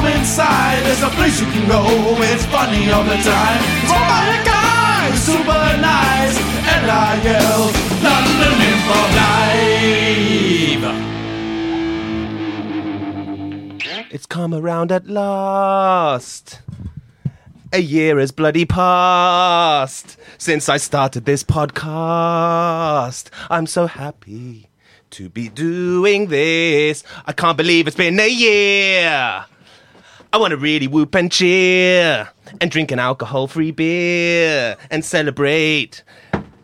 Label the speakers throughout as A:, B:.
A: outside, there's a place you can go. It's funny all the time. It's by a guy, super nice, and I yell, London Info Live.
B: It's come around at last. A year has bloody passed since I started this podcast. I'm so happy to be doing this. I can't believe it's been a year. I want to really whoop and cheer and drink an alcohol free beer and celebrate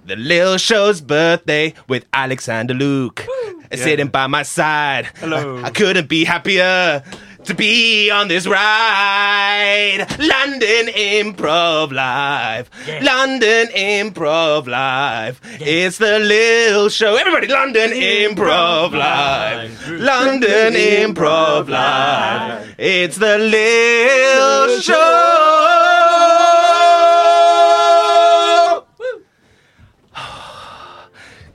B: the Lil Show's birthday with Alexander Luke sitting by my side. Hello. I couldn't be happier to be on this ride. London Improv Live. London Improv Live. It's the Lil Show. Everybody, London Improv Live. London Improv Live. It's the Lil Show.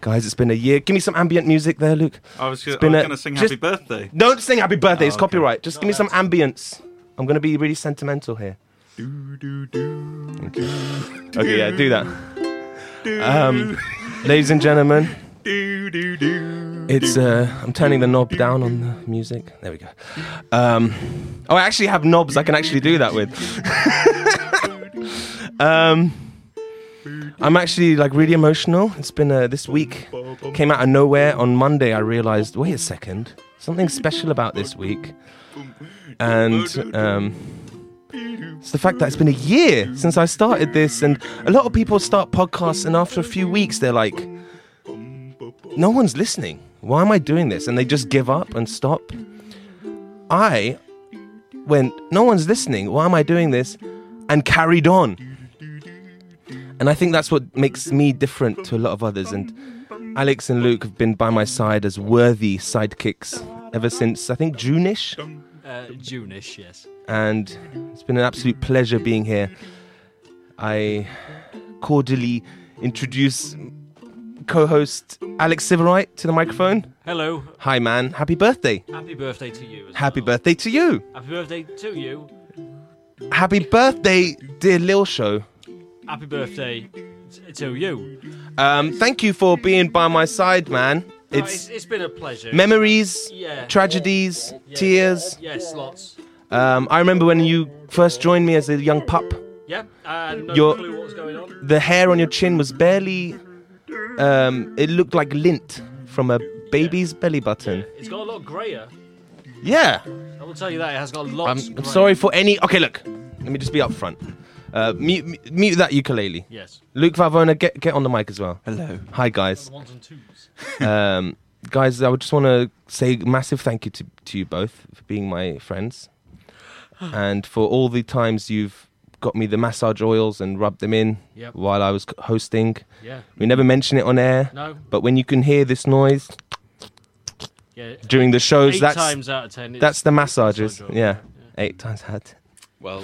B: Guys, it's been a year. Give me some ambient music there, Luke.
C: I was,
B: been a-
C: going to sing
B: just-
C: happy birthday. Oh,
B: Don't sing happy birthday, it's copyright. Just give me some ambience. I'm going to be really sentimental here. Okay. okay, yeah, do that. Um, ladies and gentlemen,
C: Do, do, do.
B: it's uh, I'm turning the knob down on the music. There we go. Um, oh, I actually have knobs I can actually do that with. um, I'm actually like really emotional. It's been uh, this week came out of nowhere on Monday. I realized, wait a second, something special about this week, and um, it's the fact that it's been a year since I started this. And a lot of people start podcasts, and after a few weeks, they're like, no one's listening. Why am I doing this? And they just give up and stop. I went, no one's listening. Why am I doing this? And carried on. And I think that's what makes me different to a lot of others. And Alex and Luke have been by my side as worthy sidekicks ever since I think June-ish.
D: Uh, June-ish, yes.
B: And it's been an absolute pleasure being here. I cordially introduce co-host Alex Siverite to the microphone.
D: Hello.
B: Hi, man. Happy birthday.
D: Happy birthday to you. As
B: Happy
D: well.
B: birthday to you.
D: Happy birthday to you.
B: Happy birthday, dear Lil Show.
D: Happy birthday t- to you.
B: Um, thank you for being by my side, man.
D: Oh,
B: It's
D: it's been a pleasure.
B: memories,
D: Yeah.
B: tragedies, tears.
D: yes, lots.
B: Um, I remember when you first joined me as a young pup,
D: Yeah, I had no
B: Your-
D: clue what was going on.
B: the hair on your chin was barely. Um, it looked like lint from a baby's belly button.
D: It's got a lot grayer.
B: Yeah.
D: I will tell you that it has got lots.
B: I'm,
D: grayer.
B: I'm sorry for any. Okay, look. Let me just be upfront. Uh, mute, mute- mute that ukulele.
D: Yes.
B: Luke Valvona, get, get on the mic as well.
C: Hello.
B: Hi, guys.
D: Ones and twos.
B: um, guys, I would just want to say a massive thank you to, to you both for being my friends and for all the times you've got me the massage oils and rubbed them in
D: Yep.
B: while I was c- hosting.
D: Yeah.
B: We never mention it on air,
D: No.
B: but when you can hear this noise
D: Yeah.
B: during the shows,
D: Eight
B: that's
D: times out of ten. It's,
B: that's the massages.
D: Massage oil,
B: yeah. eight times had.
C: Well,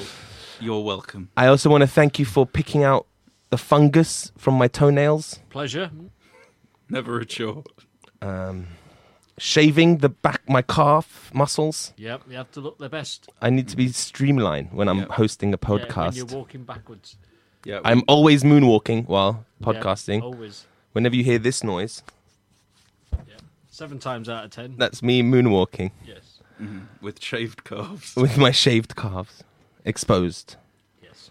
C: you're welcome.
B: I also want to thank you for picking out the fungus from my toenails,
D: pleasure.
C: Never a chore.
B: um, shaving the back my calf muscles.
D: Yep. You have to look their best.
B: I need to be streamlined when I'm
C: Yeah.
B: hosting a
D: Mm. Yeah, when
B: podcast.
D: you're walking backwards.
C: Yeah.
B: I'm always moonwalking while
D: Yeah, Oh.
B: podcasting.
D: always.
B: Whenever you hear this noise,
D: Seven times out of ten.
B: that's me moonwalking
D: Yes.
C: with shaved calves.
B: with my shaved calves exposed.
D: Yes.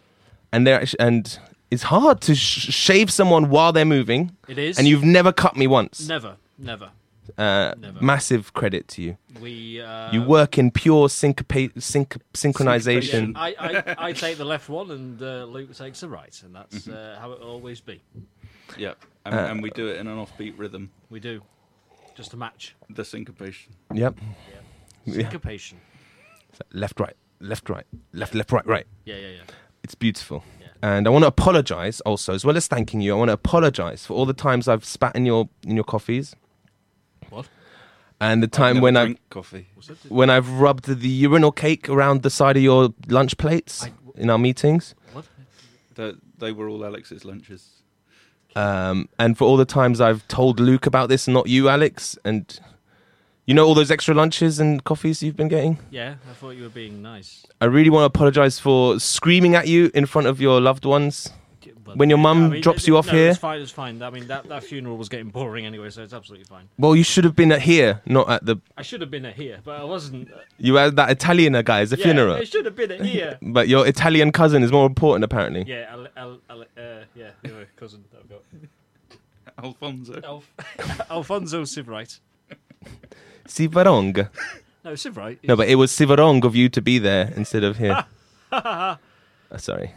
B: And they're actu- and it's hard to sh- shave someone while they're moving.
D: It is.
B: And you've never cut me once.
D: never, never.
B: uh,
D: never.
B: massive credit to you.
D: We uh,
B: You work in pure syncopa- sync- synchronization.
D: I, I, I take the left one and uh, Luke takes the right, and
B: Mm-hmm.
D: that's uh, how it will always be.
C: Yeah.
B: Uh,
C: And, and we do it in an offbeat rhythm.
D: We do just a match
C: The syncopation.
B: Yep. Yeah.
D: syncopation.
B: Left, right, left, right, left, left, right, right.
D: Yeah, yeah, yeah.
B: It's beautiful.
D: Yeah.
B: And I want to apologize also, as well as thanking you, I want to apologize for all the times I've spat in your in your coffees.
D: What?
B: And the time
C: Never
B: when
C: drink
B: I
C: coffee.
D: What's that?
B: when I've rubbed the urinal cake around the side of your lunch plates
D: I-
B: in our meetings.
D: What?
C: They, they were all Alex's lunches.
B: Um, and for all the times I've told Luke about this, not you, Alex, and You know all those extra lunches and coffees you've been getting?
D: Yeah, I thought you were being nice.
B: I really want to apologize for screaming at you in front of your loved ones.
D: But-
B: When your mum
D: I mean,
B: drops
D: it-
B: you off
D: no,
B: here?
D: It's fine, it's fine. I mean, that, that funeral was getting boring anyway, so it's absolutely fine.
B: Well, you should have been at here, not at the.
D: I should have been at here, but I wasn't.
B: You had that Italian guy as a
D: yeah,
B: funeral.
D: I should have been at here.
B: But your Italian cousin is more important, apparently.
D: yeah, I'll, I'll, I'll, uh, yeah, anyway, cousin that I've got.
C: Alfonso.
D: Alf- Alfonso Sivright.
B: Sivarong.
D: No, Sivright.
B: No, but it was Sivarong of you to be there instead of here. Uh, Sorry.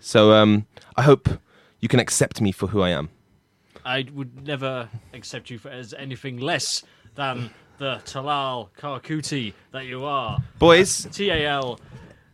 B: So um, I hope you can accept me for who I am.
D: I would never accept you for, as anything less than the Talal Karkuti that you are.
B: Boys,
D: T A L.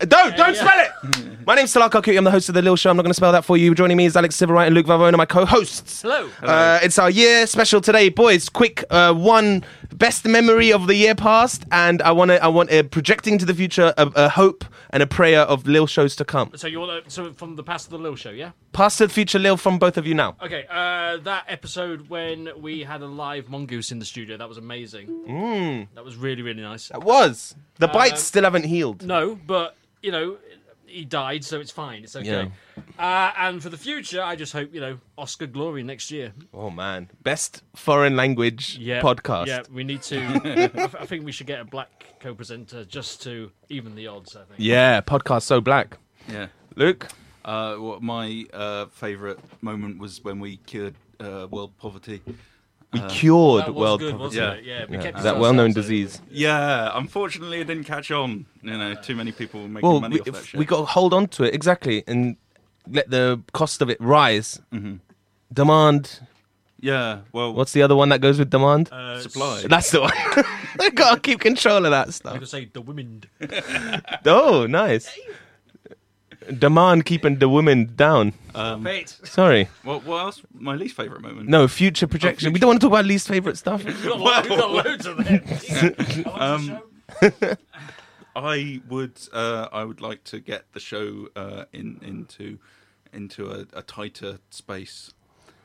B: uh, don't don't
D: yeah.
B: spell it. My name's Salah Karkuti. I'm the host of the Lil Show. I'm not going to spell that for you. Joining me is Alex Silverite and Luke Vavona, my co-hosts.
D: Hello.
B: Uh, it's our year special today, boys. Quick, uh, one best memory of the year past, and I want to I want a projecting to the future, a, a hope and a prayer of Lil shows to come.
D: So you want to, so from the past of the Lil Show, yeah?
B: Past to the future, Lil, from both of you now.
D: Okay, uh, that episode when we had a live mongoose in the studio, that was amazing. That was really, really nice.
B: Mm. That was
D: Uh,
B: the bites still haven't healed.
D: No, but, you know, he died, so it's fine. It's okay. Uh, and for the future, I just hope, you know, Oscar glory next year.
B: Oh man, best foreign language
D: Yeah,
B: podcast.
D: Yeah, we need to. I, th- I think we should get a black co-presenter just to even the odds. I think.
B: Yeah, podcast so black.
C: Yeah.
B: Luke,
C: Uh, what my uh, favourite moment was when we cured uh, world poverty.
B: we cured
D: That was
B: world
D: good,
B: poverty.
D: wasn't
C: Yeah.
D: it? Yeah, we
B: Yeah,
D: kept it to
B: that well-known
D: ourselves, so-
B: disease.
C: Yeah, unfortunately, it didn't catch on. You know, too many people were making
B: Well,
C: money
B: we,
C: off that
B: if
C: shit.
B: we got to hold on to it exactly and let the cost of it rise. Demand.
C: yeah, well,
B: What's the other one that goes with demand?
D: Uh,
C: supply?
B: That's the one. I gotta keep control of that
D: I
B: stuff.
D: could say the women.
B: Oh, nice. Demand keeping the women down.
D: Wait,
B: Sorry.
C: Um, What, what else? My least favourite moment.
B: No, future
D: Oh,
B: projection. We don't want to talk about least favorite stuff.
D: we've got, lo- we've got loads of them. Yeah. I want to show-
C: I would uh, I would like to get the show uh, in into into a, a tighter space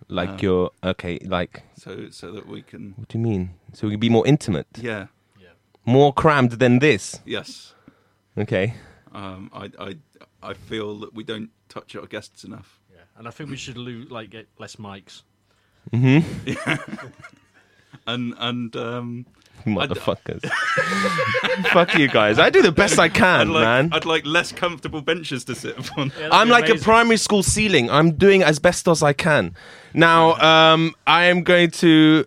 B: Like your okay, like
C: so so that we can
B: what do you mean? So we can be more intimate,
C: yeah
B: more crammed than this.
C: yes
B: Okay.
C: um, I I I feel that we don't touch our guests enough.
D: Yeah, and I think we should lo- like get less mics.
C: And and um,
B: Motherfuckers. Fuck you guys. I do the best I
C: I'd
B: can,
C: like,
B: man.
C: I'd like less comfortable benches to sit upon.
D: Yeah, that'd
B: I'm
D: be
B: like a
D: amazing.
B: primary school ceiling. I'm doing as best as I can. Now, um, I am going to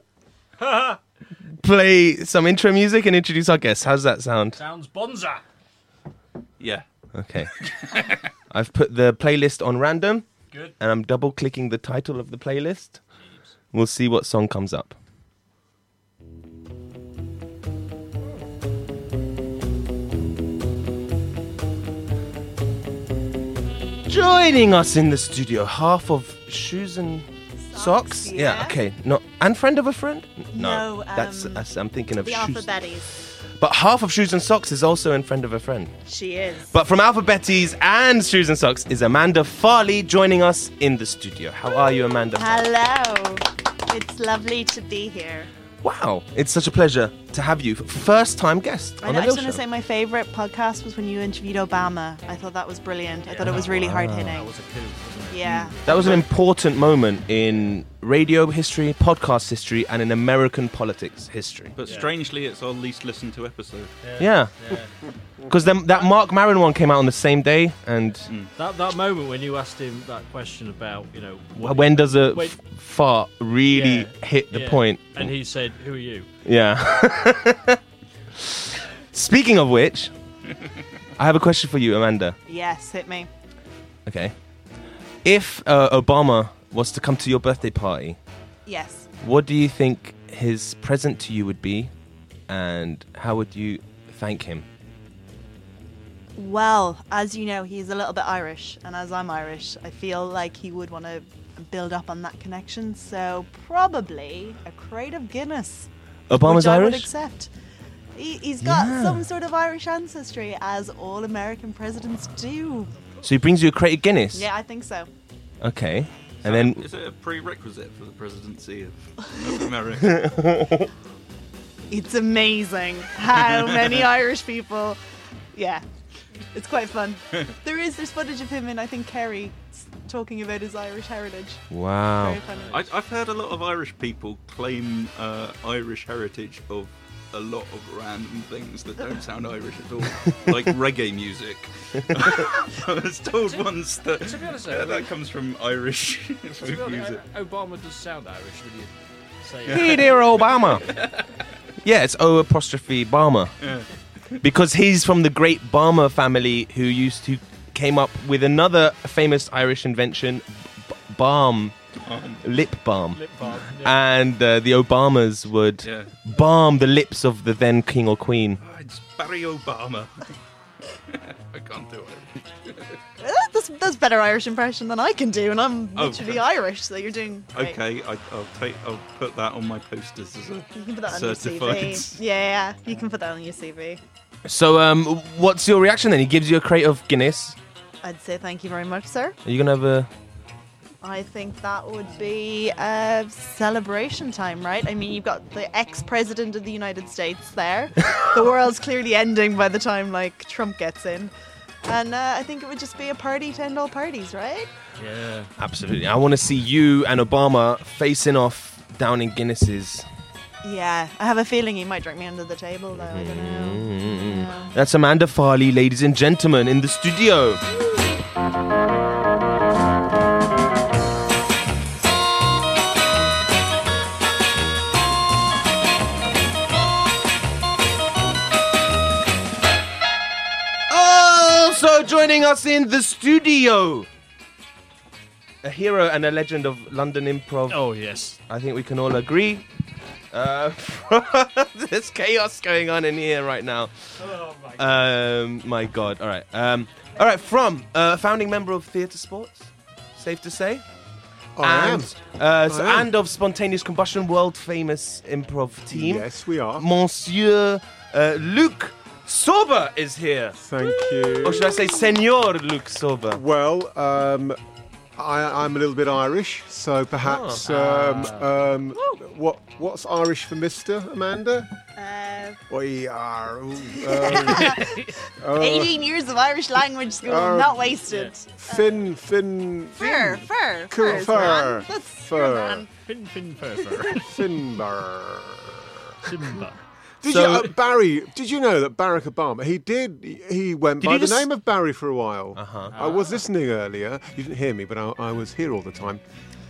B: play some intro music and introduce our guests. How's that sound?
D: Sounds bonza.
C: Yeah.
B: Okay. I've put the playlist on random
D: Good.
B: and I'm double clicking the title of the playlist. We'll see what song comes up. Joining us in the studio, half of shoes and socks.
E: Socks,
B: yeah.
E: yeah.
B: okay. Not and friend of a friend.
E: No,
B: that's,
E: um,
B: that's I'm thinking of
E: The
B: shoes.
E: Alphabetties.
B: But half of shoes and socks is also in friend of a friend.
E: She is.
B: But from Alphabetes and Shoes and Socks is Amanda Farley joining us in the studio. How are you, Amanda?
E: Hello. It's lovely to be here.
B: Wow, it's such a pleasure to have you. First time guest
E: I,
B: on
E: know,
B: the
E: I just
B: Lil
E: want to
B: Show.
E: say my favorite podcast was when you interviewed Obama. I thought that was brilliant. I thought it was really
B: Ah.
E: hard
D: That
E: hitting.
D: was a coup. Wasn't it?
E: Yeah.
B: That was an important moment in radio history, podcast history, and in American politics history.
C: But
D: Yeah.
C: strangely, it's our least listened to episode.
B: Yeah,
D: Yeah.
B: because that Mark Maron one came out on the same day, and
D: That that moment when you asked him that question about you know what-
B: when does a
D: Mm. Wait.
B: f- fart really
D: Yeah.
B: hit the
D: Yeah.
B: point?
D: and he said, "Who are you?"
B: Yeah. Speaking of which, I have a question for you, Amanda.
E: Yes, hit me.
B: Okay. If uh, Obama was to come to your birthday party,
E: Yes.
B: what do you think his present to you would be, and how would you thank him?
E: Well, as you know, he's a little bit Irish, and as I'm Irish, I feel like he would want to build up on that connection. So probably a crate of Guinness.
B: Obama's
E: which I would
B: Irish.
E: accept. He, he's got
B: Yeah.
E: some sort of Irish ancestry, as all American presidents do.
B: so he brings you a crate of Guinness.
E: Yeah, I think so.
B: Okay. And then
C: Is it a prerequisite for the presidency of, of America?
E: It's amazing how many Irish people. Yeah, it's quite fun. There is this footage of him in, I think, Kerry s- talking about his Irish heritage.
B: Wow.
E: Very funny.
C: Oh. I, I've heard a lot of Irish people claim uh, Irish heritage of a lot of random things that don't sound Irish at all, like reggae music. I was told once that
D: to be honest, though,
C: yeah, that comes from Irish
D: To be
C: folk
D: honest,
C: music.
D: Obama does sound Irish when you say it.
B: Hey there, Obama. yeah, it's O apostrophe Barmer. Because he's from the great Barmer family who used to came up with another famous Irish invention, b- balm, lip balm.
D: Lip balm. Yeah.
B: And uh, the Obamas would
C: Yeah,
B: balm the lips of the then king or queen.
C: Ah, it's Barry Obama. I can't do it.
E: Uh, That's, that's better Irish impression than I can do, and I'm
C: Oh,
E: literally
C: okay.
E: Irish, so you're doing great.
C: Okay, I, I'll take. I'll put that on my posters as a
E: You can put that on your
C: certified.
E: CV. Yeah, you can put that on your CV.
B: So, um, what's your reaction then? He gives you a crate of Guinness.
E: I'd say thank you very much, sir.
B: Are you gonna have a?
E: I think that would be uh, celebration time, right? I mean, you've got the ex-president of the United States there. the world's clearly ending by the time like Trump gets in, and uh, I think it would just be a party to end all parties, right?
D: yeah.
B: Absolutely. I want to see you and Obama facing off down in Guinnesses.
E: Yeah, I have a feeling he might drag me under the table, though. I don't know. Yeah.
F: Mm-hmm.
B: That's Amanda Farley, ladies and gentlemen, in the studio. Also Oh, joining us in the studio, a hero and a legend of London improv.
D: Oh yes.
B: I think we can all agree. Uh, there's chaos going on in here right now.
D: Oh my God.
B: Um, my God. All right. Um, all right. From uh, founding member of Theatre Sports, safe to say,
F: I am.
B: and uh, so-
F: am.
B: and of Spontaneous Combustion, world famous improv team.
F: Yes, we are.
B: Monsieur uh, Luke Sober is here,
F: Thank you.
B: or should I say, Senor Luke Sober?
F: Well, um, I, I'm a little bit Irish, so perhaps
B: Ah.
F: um, um, what what's Irish for Mister Amanda?
E: Uh,
F: We are. ooh, um,
E: 18 Uh, years of Irish language school,
F: Uh,
E: not wasted.
F: Finn, Finn,
E: Fur, fur,
F: Cool,
E: fur's
F: fur,
E: man. That's
F: fur.
E: fur. Man.
D: Fin fin fur fur.
F: Finbar.
D: Simba.
F: Did
B: So-
F: you, uh, Barry? Did you know that Barack Obama? He did. He went
B: Did
F: by
B: you
F: the
B: just-
F: name of Barry for a while.
B: Uh-huh.
F: I was listening earlier. You didn't hear me, but I, I was here all the time,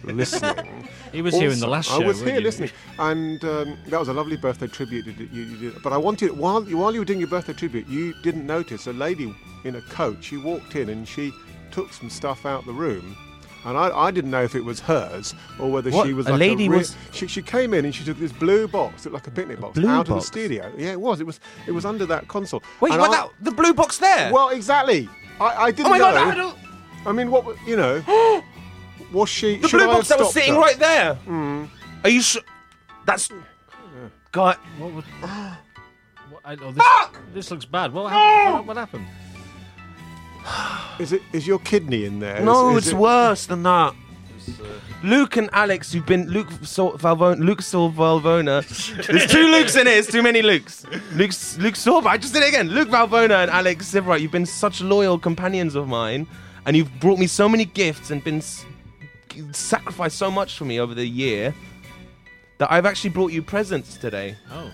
F: listening.
D: He was
F: Also,
D: here in the last show.
F: I was
D: weren't
F: here
D: you?
F: listening, and um, that was a lovely birthday tribute you, did- you, you did. But I wanted while you- while you were doing your birthday tribute, you didn't notice a lady in a coat. She walked in and she took some stuff out the room. And I, I didn't know if it was hers or whether
B: What?
F: she was
B: A
F: like
B: lady
F: a real-
B: was-
F: She, she came in and she took this blue box, looked like a picnic box,
B: blue
F: out of
B: box?
F: the studio. Yeah, it was. It was. It was under that console.
B: Wait,
F: And
B: what?
F: I-
B: That, the blue box there.
F: Well, exactly. I, I didn't
B: oh my
F: know.
B: God! I don't-
F: I mean, what? You know, was she?
B: The
F: should
B: blue
F: I
B: box
F: have
B: that was
F: stopped
B: sitting
F: her?
B: right there. Are you sure? That's. God.
D: What would? What, I, oh, this, this looks bad. What happened? What, what happened?
F: Is it? Is your kidney in there?
B: No,
F: Is- is
B: it's
F: it-
B: worse than that.
C: It's, uh,
B: Luke and Alex, you've been Luke Sol- Valvona. Luke Sol- Valvona. There's two Lukes in it. It's too many Lukes. Luke Luke Sorba. I just did it again. Luke Valvona and Alex Sivra. You've been such loyal companions of mine, and you've brought me so many gifts and been s- sacrificed so much for me over the year that I've actually brought you presents today,
D: Oh,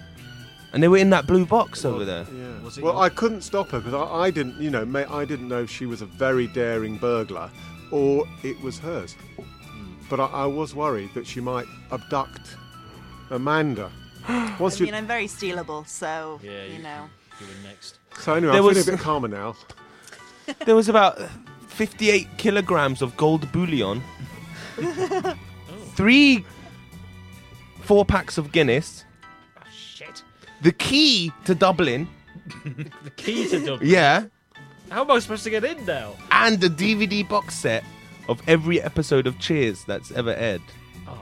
B: and they were in that blue box over there.
F: Yeah.
D: Was it
F: well,
D: your-
F: I couldn't stop her because I, I didn't, you know, mate, I didn't know if she was a very daring burglar or it was hers. But I, I was worried that she might abduct Amanda. Once
E: I mean,
F: you,
E: I'm very stealable, so
D: Yeah,
E: you
D: you-
E: know.
D: you were next.
F: so anyway,
B: There
F: I'm
B: was-
F: feeling a bit calmer now.
B: There was about 58 kilograms of gold bullion, three, four packs of Guinness.
D: Ah, Shit.
B: the key to Dublin,
D: The key to Dublin.
B: yeah,
D: How am I supposed to get in now?
B: and a DVD box set of every episode of Cheers that's ever aired,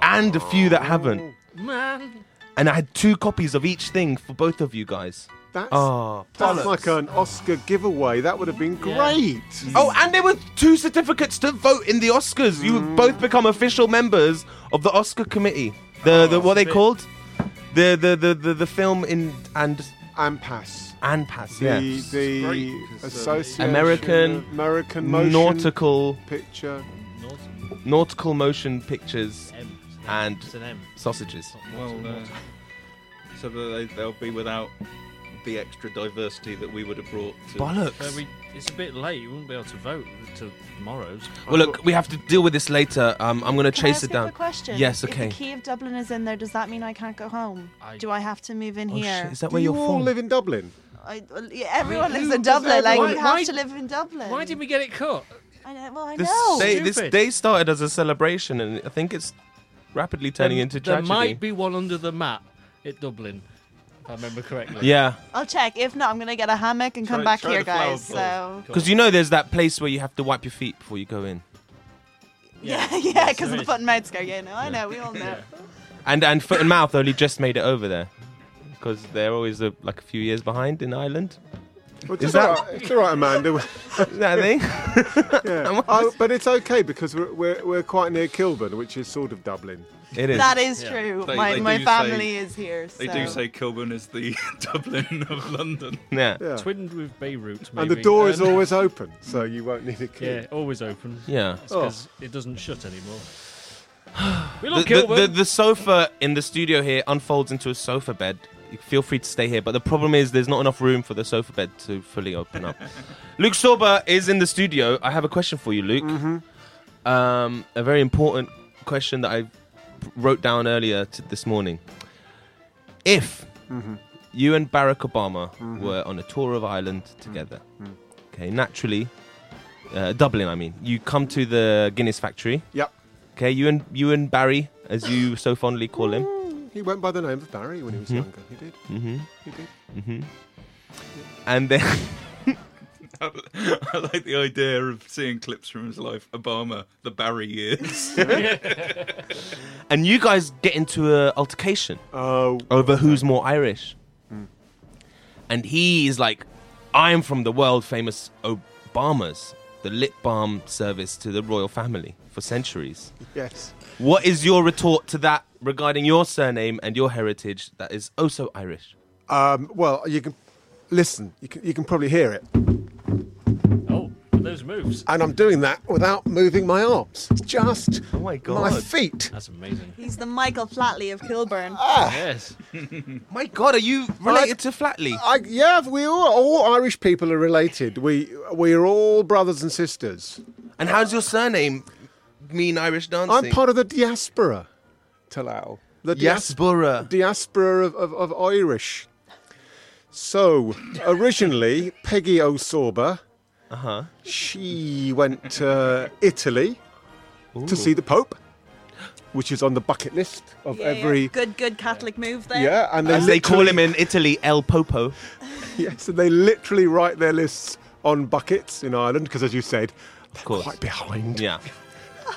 B: and a few that haven't.
D: Man.
B: And I had two copies of each thing for both of you guys.
F: That's
B: Oh,
F: that's
B: bollocks.
F: like an Oscar giveaway. That would have been great.
B: Oh, and there were two certificates to vote in the Oscars. You both become official members of the Oscar committee. The, the what are they
D: bit-
B: called? the the the the, the film in and
F: AMPAS.
B: and pass.
F: The,
B: Yeah.
F: the
C: great, 'cause, uh,
F: Association
B: American
F: of American Motion
B: Nautical
F: Picture.
G: Norton.
B: nautical motion pictures
G: M.
B: And-
G: It's an M.
B: sausages.
C: Well, uh, so that they, they'll be without the extra diversity that we would have brought to.
D: But
B: Bollocks.
D: we, it's a bit late. You wouldn't be able to vote until tomorrow's.
B: Well, look, we have to deal with this later. Um, I'm gonna
E: Can I
B: chase
E: ask
B: it
E: a quick
B: down.
E: question?
B: Yes,
E: If
B: okay.
E: the key of Dublin is in there, does that mean I can't go home?
D: I-
E: Do I have to move in
B: Oh,
E: here?
B: shit, is that
F: Do
B: where
F: you
B: are
F: all
B: from?
F: live in Dublin?
E: I, well, yeah, everyone lives in
F: does
E: Dublin. Like
F: everyone-
E: you
D: Why-
E: have to live in Dublin.
D: Why did we get it cut?
E: I, know- well, I
B: This
E: know.
B: day, this
D: Stupid.
B: day started as a celebration, and I think it's rapidly turning
D: There-
B: into
D: there
B: tragedy.
D: might be one under the mat at Dublin, if I remember correctly.
B: Yeah,
E: I'll check. If not, I'm gonna get a hammock and
C: Try-
E: come back
C: try
E: here,
C: the flower
E: guys.
C: pot.
E: So
B: because you know there's that place where you have to wipe your feet before you go in,
E: yeah,
D: Yeah.
E: yeah,
D: Yes,
E: because
D: there
E: of the
D: is.
E: foot and mouth scare. Yeah, no, I know. We all know.
B: and and foot and mouth only just made it over there, because they're always a, like a few years behind in Ireland.
F: Well, it's,
B: Is
F: all
B: that-
F: right- it's all right, Amanda.
B: Is that a thing?
F: Yeah. Oh, but it's okay because we're, we're, we're quite near Kilburn, which is sort of Dublin.
B: It is.
E: That is
D: Yeah.
E: true.
C: They-
E: my
C: they
E: my
C: do
E: family
C: say-
E: is here.
C: They
E: so.
C: do say Kilburn is the Dublin of London.
B: yeah.
F: Yeah.
D: Twinned with Beirut, maybe.
F: And the door is
D: Um,
F: always open, so you won't need a key.
D: Yeah, always open.
B: Yeah.
F: Oh.
D: It's 'cause it doesn't shut anymore. We
B: The,
D: love
B: the,
D: Kilburn.
B: the, the sofa in the studio here unfolds into a sofa bed. You feel free to stay here, but the problem is there's not enough room for the sofa bed to fully open up. Luke Sorba is in the studio. I have a question for you, Luke. Um, a very important question that I wrote down earlier t- this morning. If you and Barack Obama were on a tour of Ireland together, okay, naturally, uh, Dublin, I mean, you come to the Guinness factory.
F: Yep.
B: Okay, you and you and Barry, as you so fondly call him.
F: He went by the name of Barry when he was younger. He did.
B: hmm
F: He did.
B: hmm And then
C: I like the idea of seeing clips from his life. Obama, the Barry years.
B: and you guys get into a altercation
F: Oh,
B: over who's more Irish. And he is like, I'm from the world famous Obama's, the lip balm service to the royal family for centuries.
F: yes.
B: What is your retort to that regarding your surname and your heritage that is oh so Irish?
F: Um, well, you can listen. You can, you can probably hear it,
D: Oh, those moves.
F: and I'm doing that without moving my arms. It's just
B: Oh my
F: my
B: God.
F: feet.
D: That's amazing.
E: He's the Michael Flatley of Kilburn.
B: Ah!
D: Yes.
B: My God, are you related to Flatley?
F: I, yeah, we all, all Irish people are related. We we are all brothers and sisters.
B: And how's your surname mean Irish dancing?
F: I'm part of the diaspora, Talal. The dias-
B: Yasborough.
F: diaspora of, of, of Irish. So originally, Peggy O'Sorba,
B: Uh huh.
F: she went to Italy to see the Pope, which is on the bucket list of
E: Yeah, yeah.
F: every.
E: good, good Catholic move there.
F: Yeah, and they,
B: As they call
F: literally-
B: him in Italy, El Popo.
F: Yes, and they literally write their lists on buckets in Ireland because, as you said, they're
B: course.
F: quite behind.
B: Yeah.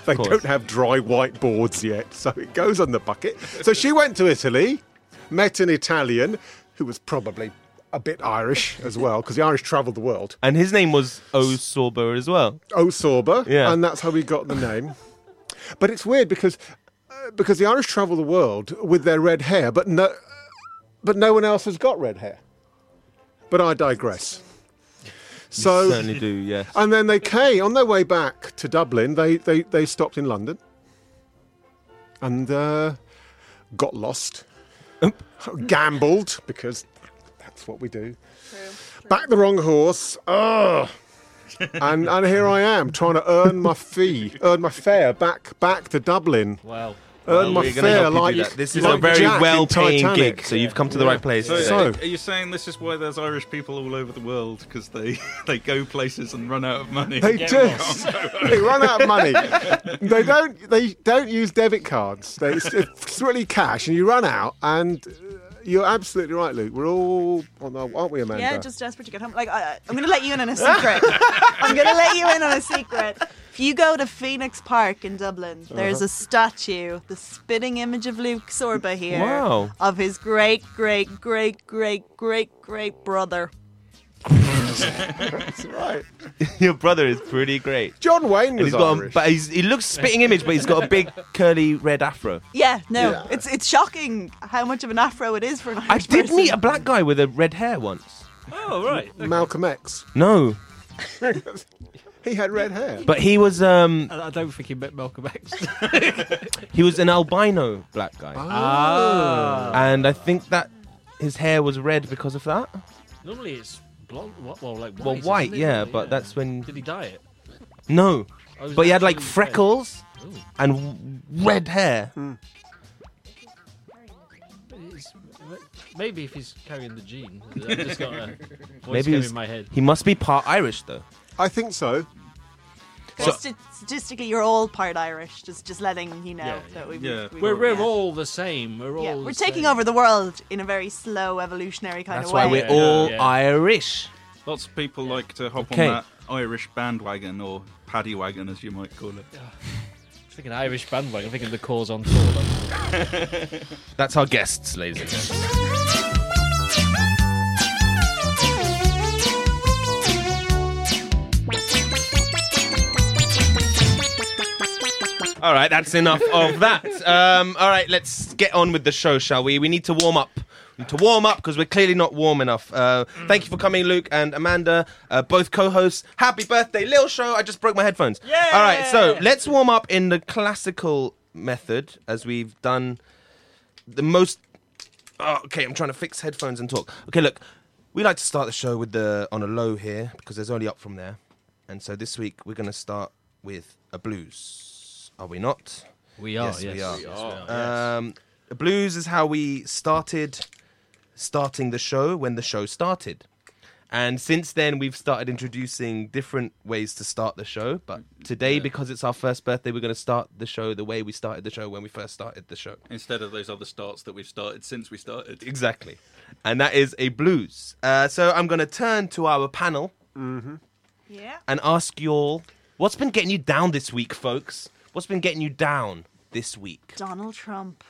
F: they
B: course.
F: don't have dry whiteboards yet, so it goes on the bucket. So she went to Italy, met an Italian who was probably a bit Irish as well because the Irish travelled the world.
B: And his name was Osorbo as well.
F: Osorba,
B: Yeah.
F: and that's how we got the name. but it's weird because uh, because the Irish travel the world with their red hair, but no, but no one else has got red hair. But I digress. So
B: Certainly do, yes.
F: and then they came on their way back to Dublin. They they, they stopped in London and uh, got lost, gambled because that's what we do. Back the wrong horse. Ugh. and and here I am trying to earn my fee, earn my fare back back to Dublin.
D: Wow.
F: Earn my
B: We're gonna help
F: fare
B: you do
F: like
B: that. This is
F: like
B: a very
F: Jack in
B: well-paying
F: Titanic.
B: gig, so you've come to the right place.
C: So,
B: today.
F: So-
C: Oh, are you saying this is why there's Irish people all over the world because they they go places and run out of money?
F: They just they run out of money. they don't they don't use debit cards. They, it's, it's really cash, and you run out. And uh, you're absolutely right, Luke. We're all on the, aren't we, Amanda?
E: Yeah, just desperate to get home. Like, I, I- I'm going to let you in on a secret. I'm going to let you in on a secret. If you go to Phoenix Park in Dublin, there's a statue, the spitting image of Luke Sorba here,
B: Wow.
E: of his great, great, great, great, great, great brother.
F: That's right.
B: Your brother is pretty great.
F: John Wayne
B: And
F: was
B: he's got, a,
F: Irish.
B: but he's, he looks spitting image, but he's got a big curly red afro.
E: Yeah, no,
F: Yeah.
E: it's it's shocking how much of an afro it is for an Irish
B: I did
E: person.
B: meet a black guy with a red hair once.
D: Oh right.
F: Malcolm X.
B: No,
F: He had red hair.
B: but he was um
G: I don't think he met Malcolm X.
B: he was an albino black guy,
G: ah.
B: and I think that his hair was red because of that.
D: Normally it's blonde. Well, well, like white.
B: Well,
D: isn't
B: white,
D: it,
B: yeah,
D: really?
B: but that's when
D: Did he dye it?
B: no,
D: Oh, was
B: but he had like
D: naturally red.
B: freckles
D: Ooh.
B: and w- red hair.
D: It's- Maybe if he's carrying the gene. I just got a voice
B: Maybe
D: came
B: he's-
D: in my head.
B: He must be part Irish though.
F: I think so.
B: So-
E: Sti- statistically, you're all part Irish. Just just letting you know
D: Yeah,
E: that we.
C: yeah.
E: we
D: We're,
B: Oh,
D: we're
E: yeah.
D: all the same. We're all.
E: Yeah,
D: the
E: we're taking
D: same.
E: over the world in a very slow evolutionary kind
B: That's
E: of
B: why
E: way.
B: we're
D: Yeah,
B: all
D: yeah.
B: Irish.
C: Lots of people like to hop
B: Okay.
C: on that Irish bandwagon or paddy wagon, as you might call it.
D: I'm thinking Irish bandwagon. I'm thinking the cause on tour.
B: That's our guests, ladies and gentlemen. All right, that's enough of that. Um, all right, let's get on with the show, shall we? We need to warm up. We need to warm up because we're clearly not warm enough. Uh, thank you for coming, Luke and Amanda, uh, both co-hosts. Happy birthday, Lil Show! I just broke my headphones. All right, so let's warm up in the classical method as we've done the most Oh, okay, I'm trying to fix headphones and talk. Okay, look, we like to start the show with the on a low here because there's only up from there, and so this week we're going to start with a blues. Are we not?
D: We are.
B: Yes,
D: Yes,
B: we are.
D: yes,
C: Uh,
B: Um, a blues is how we started starting the show when the show started. And since then, we've started introducing different ways to start the show. But today, because it's our first birthday, we're going to start the show the way we started the show when we first started the show.
C: Instead of those other starts that we've started since we started.
B: Exactly. And that is a blues. Uh, so I'm going to turn to our panel
E: Yeah.
B: and ask you all what's been getting you down this week, folks? What's been getting you down this week?
E: Donald Trump.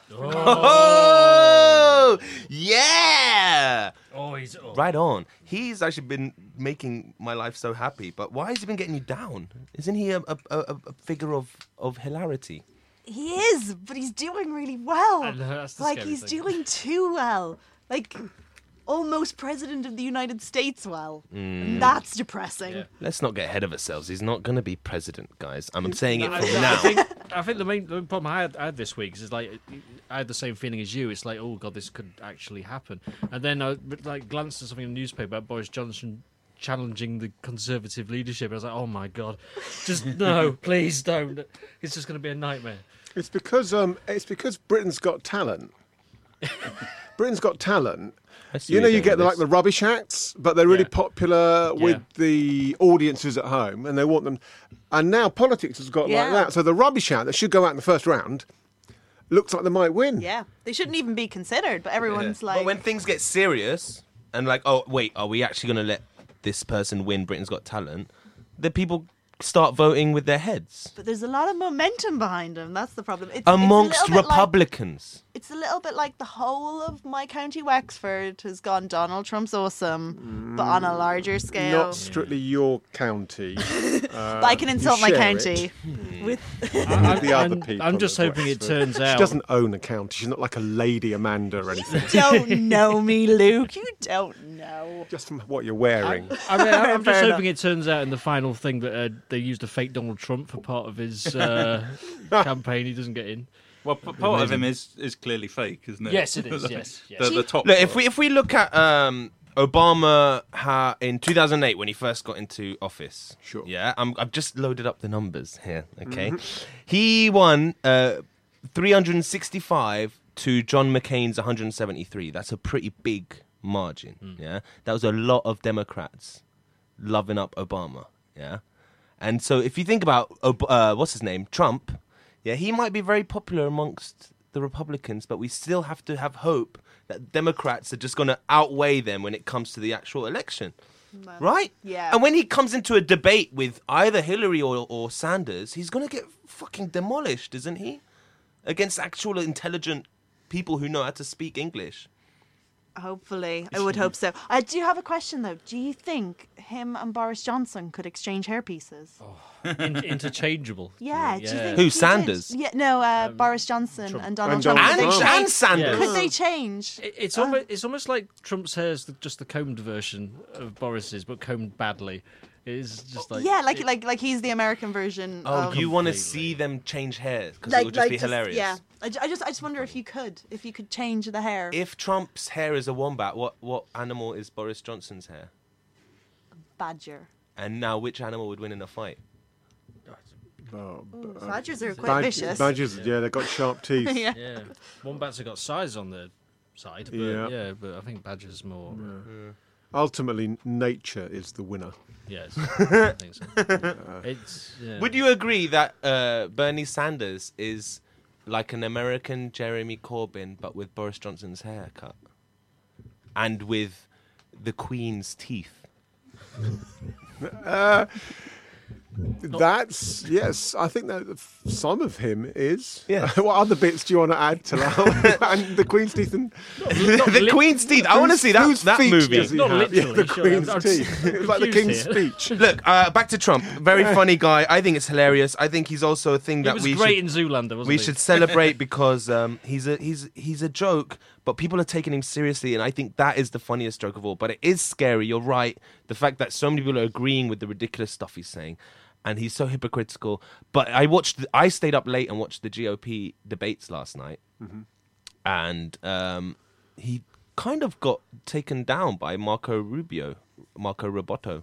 B: Oh, yeah.
D: Oh, he's. Oh.
B: Right on. He's actually been making my life so happy, but why has he been getting you down? Isn't he a, a, a, a figure of, of hilarity?
E: He is, but he's doing really well.
D: I know, that's the
E: like
D: scary
E: he's
D: thing.
E: doing too well. Like almost president of the United States well.
B: Mm.
E: And that's depressing.
D: Yeah.
B: Let's not get ahead of ourselves. He's not going to be president, guys. I'm saying it
D: I,
B: from
D: I
B: now.
D: think, I think the main, the main problem I had, I had this week is like I had the same feeling as you. It's like, oh god, this could actually happen. And then I like glanced at something in the newspaper about Boris Johnson challenging the Conservative leadership. I was like, oh my god, just no, please don't. It's just going to be a nightmare.
F: It's because um, it's because Britain's got talent. Britain's got talent.
B: I see
F: You know,
B: where
F: you
B: you're
F: get the,
B: going
F: like
B: with
F: the rubbish acts, but they're really
D: Yeah.
F: popular with
D: Yeah.
F: the audiences at home, and they want them. And now politics has got
E: Yeah.
F: like that. So the rubbish act that should go out in the first round looks like they might win.
E: Yeah. They shouldn't even be considered, but everyone's like
B: But when things get serious and like, oh wait, are we actually going to let this person win Britain's Got Talent? The people start voting with their heads
E: but there's a lot of momentum behind him. That's the problem. It's,
B: amongst
E: it's a little bit like-
B: Republicans.
E: it's a little bit like the whole of my county, Wexford, has gone Donald Trump's awesome, but
B: Mm.
E: on a larger scale.
F: Not strictly your county.
E: but I can insult my
F: share
E: county with
D: I, am
F: The other people
D: just
F: of
D: hoping it
F: Wexford.
D: turns out.
F: She doesn't own a county. She's not like a lady Amanda or anything.
E: don't know me, Luke. You don't know.
F: Just from what you're wearing.
D: I mean, I- I'm
E: Fair
D: just
E: enough.
D: hoping it turns out in the final thing that uh, they used a fake Donald Trump for part of his uh, campaign. He doesn't get in.
C: Well, p- part of him is, is clearly fake, isn't it?
D: Yes, it is. Yes, yes.
C: The, the top.
B: Look, if we if we look at um, Obama ha- in 2008 when he first got into office.
F: Sure.
B: Yeah, I'm, I've just loaded up the numbers here. Okay, he won uh, 365 to John McCain's 173. That's a pretty big margin. Yeah, that was a lot of Democrats loving up Obama. Yeah, and so if you think about Ob- uh, what's his name, Trump. Yeah, he might be very popular amongst the Republicans, but we still have to have hope that Democrats are just going to outweigh them when it comes to the actual election. Right?
E: yeah.
B: And when he comes into a debate with either Hillary or, or Sanders, he's going to get fucking demolished, isn't he? Against actual intelligent people who know how to speak English.
E: Hopefully, I would hope so. I do have a question though. Do you think him and Boris Johnson could exchange hairpieces?
B: Oh,
D: In- interchangeable.
E: Yeah, Do you think
B: Who,
E: he did?
B: Sanders?
E: Yeah, no, uh, Boris Johnson and Donald
F: And
E: Trump.
F: Donald
E: Could they
B: Um, And,
F: Trump.
E: change-
B: and Sanders.
E: Could they change?
D: It- It's almost, it's almost like Trump's hair's the, just the combed version of Boris's, but combed badly. It is just like
E: yeah, like
D: it-
E: like like he's the American version.
B: Oh,
E: of,
B: you want to
D: Completely.
B: see them change hairs because it
E: like,
B: will just
E: like
B: be hilarious.
E: yeah, I, ju- I just I just wonder if you could if you could change the hair.
B: If Trump's hair is a wombat, what, what animal is Boris Johnson's hair?
E: Badger.
B: And now, which animal would win in a fight?
F: Oh,
B: Uh,
E: Badgers are quite
F: Badge-
E: vicious.
F: badgers, yeah, they've got sharp teeth.
E: Yeah.
D: yeah. Wombats have got size on the side, but
F: Yeah.
D: yeah, but I think badgers more. uh,
F: Ultimately, nature is the winner.
D: Yeah, it's, I think so. It's yeah.
B: Would you agree that uh, Bernie Sanders is like an American Jeremy Corbyn, but with Boris Johnson's haircut and with the Queen's teeth?
F: That's yes. I think that f- some of him is.
B: Yes.
F: what other bits do you want to add to that? and the Queen's teeth and
B: the Queen's teeth. I want to see that
F: whose
B: that
F: feet
B: movie.
F: does he
D: Not
F: have? Yeah,
D: literally,
F: the
D: sure, I'm-
F: Queen's
D: I'm just
F: teeth. It's like the King's
D: confused
F: speech.
B: Look, uh, back to Trump. Very funny guy. I think it's hilarious. I think he's also a thing
D: He
B: that
D: was
B: we
D: great
B: should
D: in Zoolander, wasn't
B: we
D: he?
B: should celebrate because um, he's a he's he's a joke, but people are taking him seriously, and I think that is the funniest joke of all. But it is scary. You're right. The fact that so many people are agreeing with the ridiculous stuff he's saying, and he's so hypocritical. But I watched. I stayed up late and watched the GOP debates last night, and um, he kind of got taken down by Marco Rubio, Marco Roboto.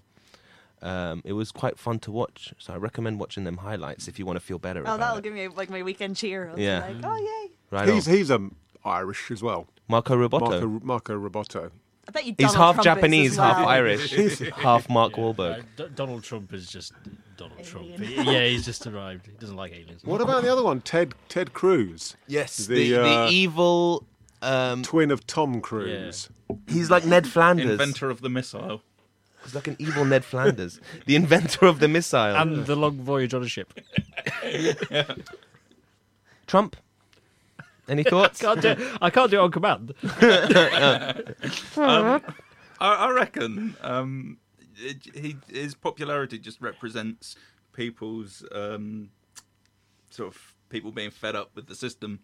B: Um, it was quite fun to watch, so I recommend watching them highlights if you want to feel better.
E: Oh,
B: about
E: that'll
B: it.
E: give me like my weekend cheer. I'll be
B: Yeah.
E: Like, oh yay!
B: Right
F: He's
B: on.
F: he's um, Irish as well.
B: Marco Roboto.
F: Marco, Marco Roboto.
E: I bet you.
B: He's half
E: Donald Trump is as
B: Japanese, half
E: well.
B: Irish, half Mark Wahlberg.
D: Uh, D- Donald Trump is just Donald Trump. yeah, he's just arrived. He doesn't like aliens.
F: What about the other one? Ted Ted Cruz.
B: Yes, the
F: the,
B: the, E
F: uh,
B: evil. Um,
F: twin of Tom Cruise.
B: he's like Ned Flanders.
C: Inventor of the missile.
B: He's like an evil Ned Flanders, the inventor of the missile.
D: And the long voyage on a ship.
B: Trump. Any thoughts?
D: Can't do, I can't do it on command.
C: I, I reckon um, it, he, his popularity just represents people's um, sort of people being fed up with the system,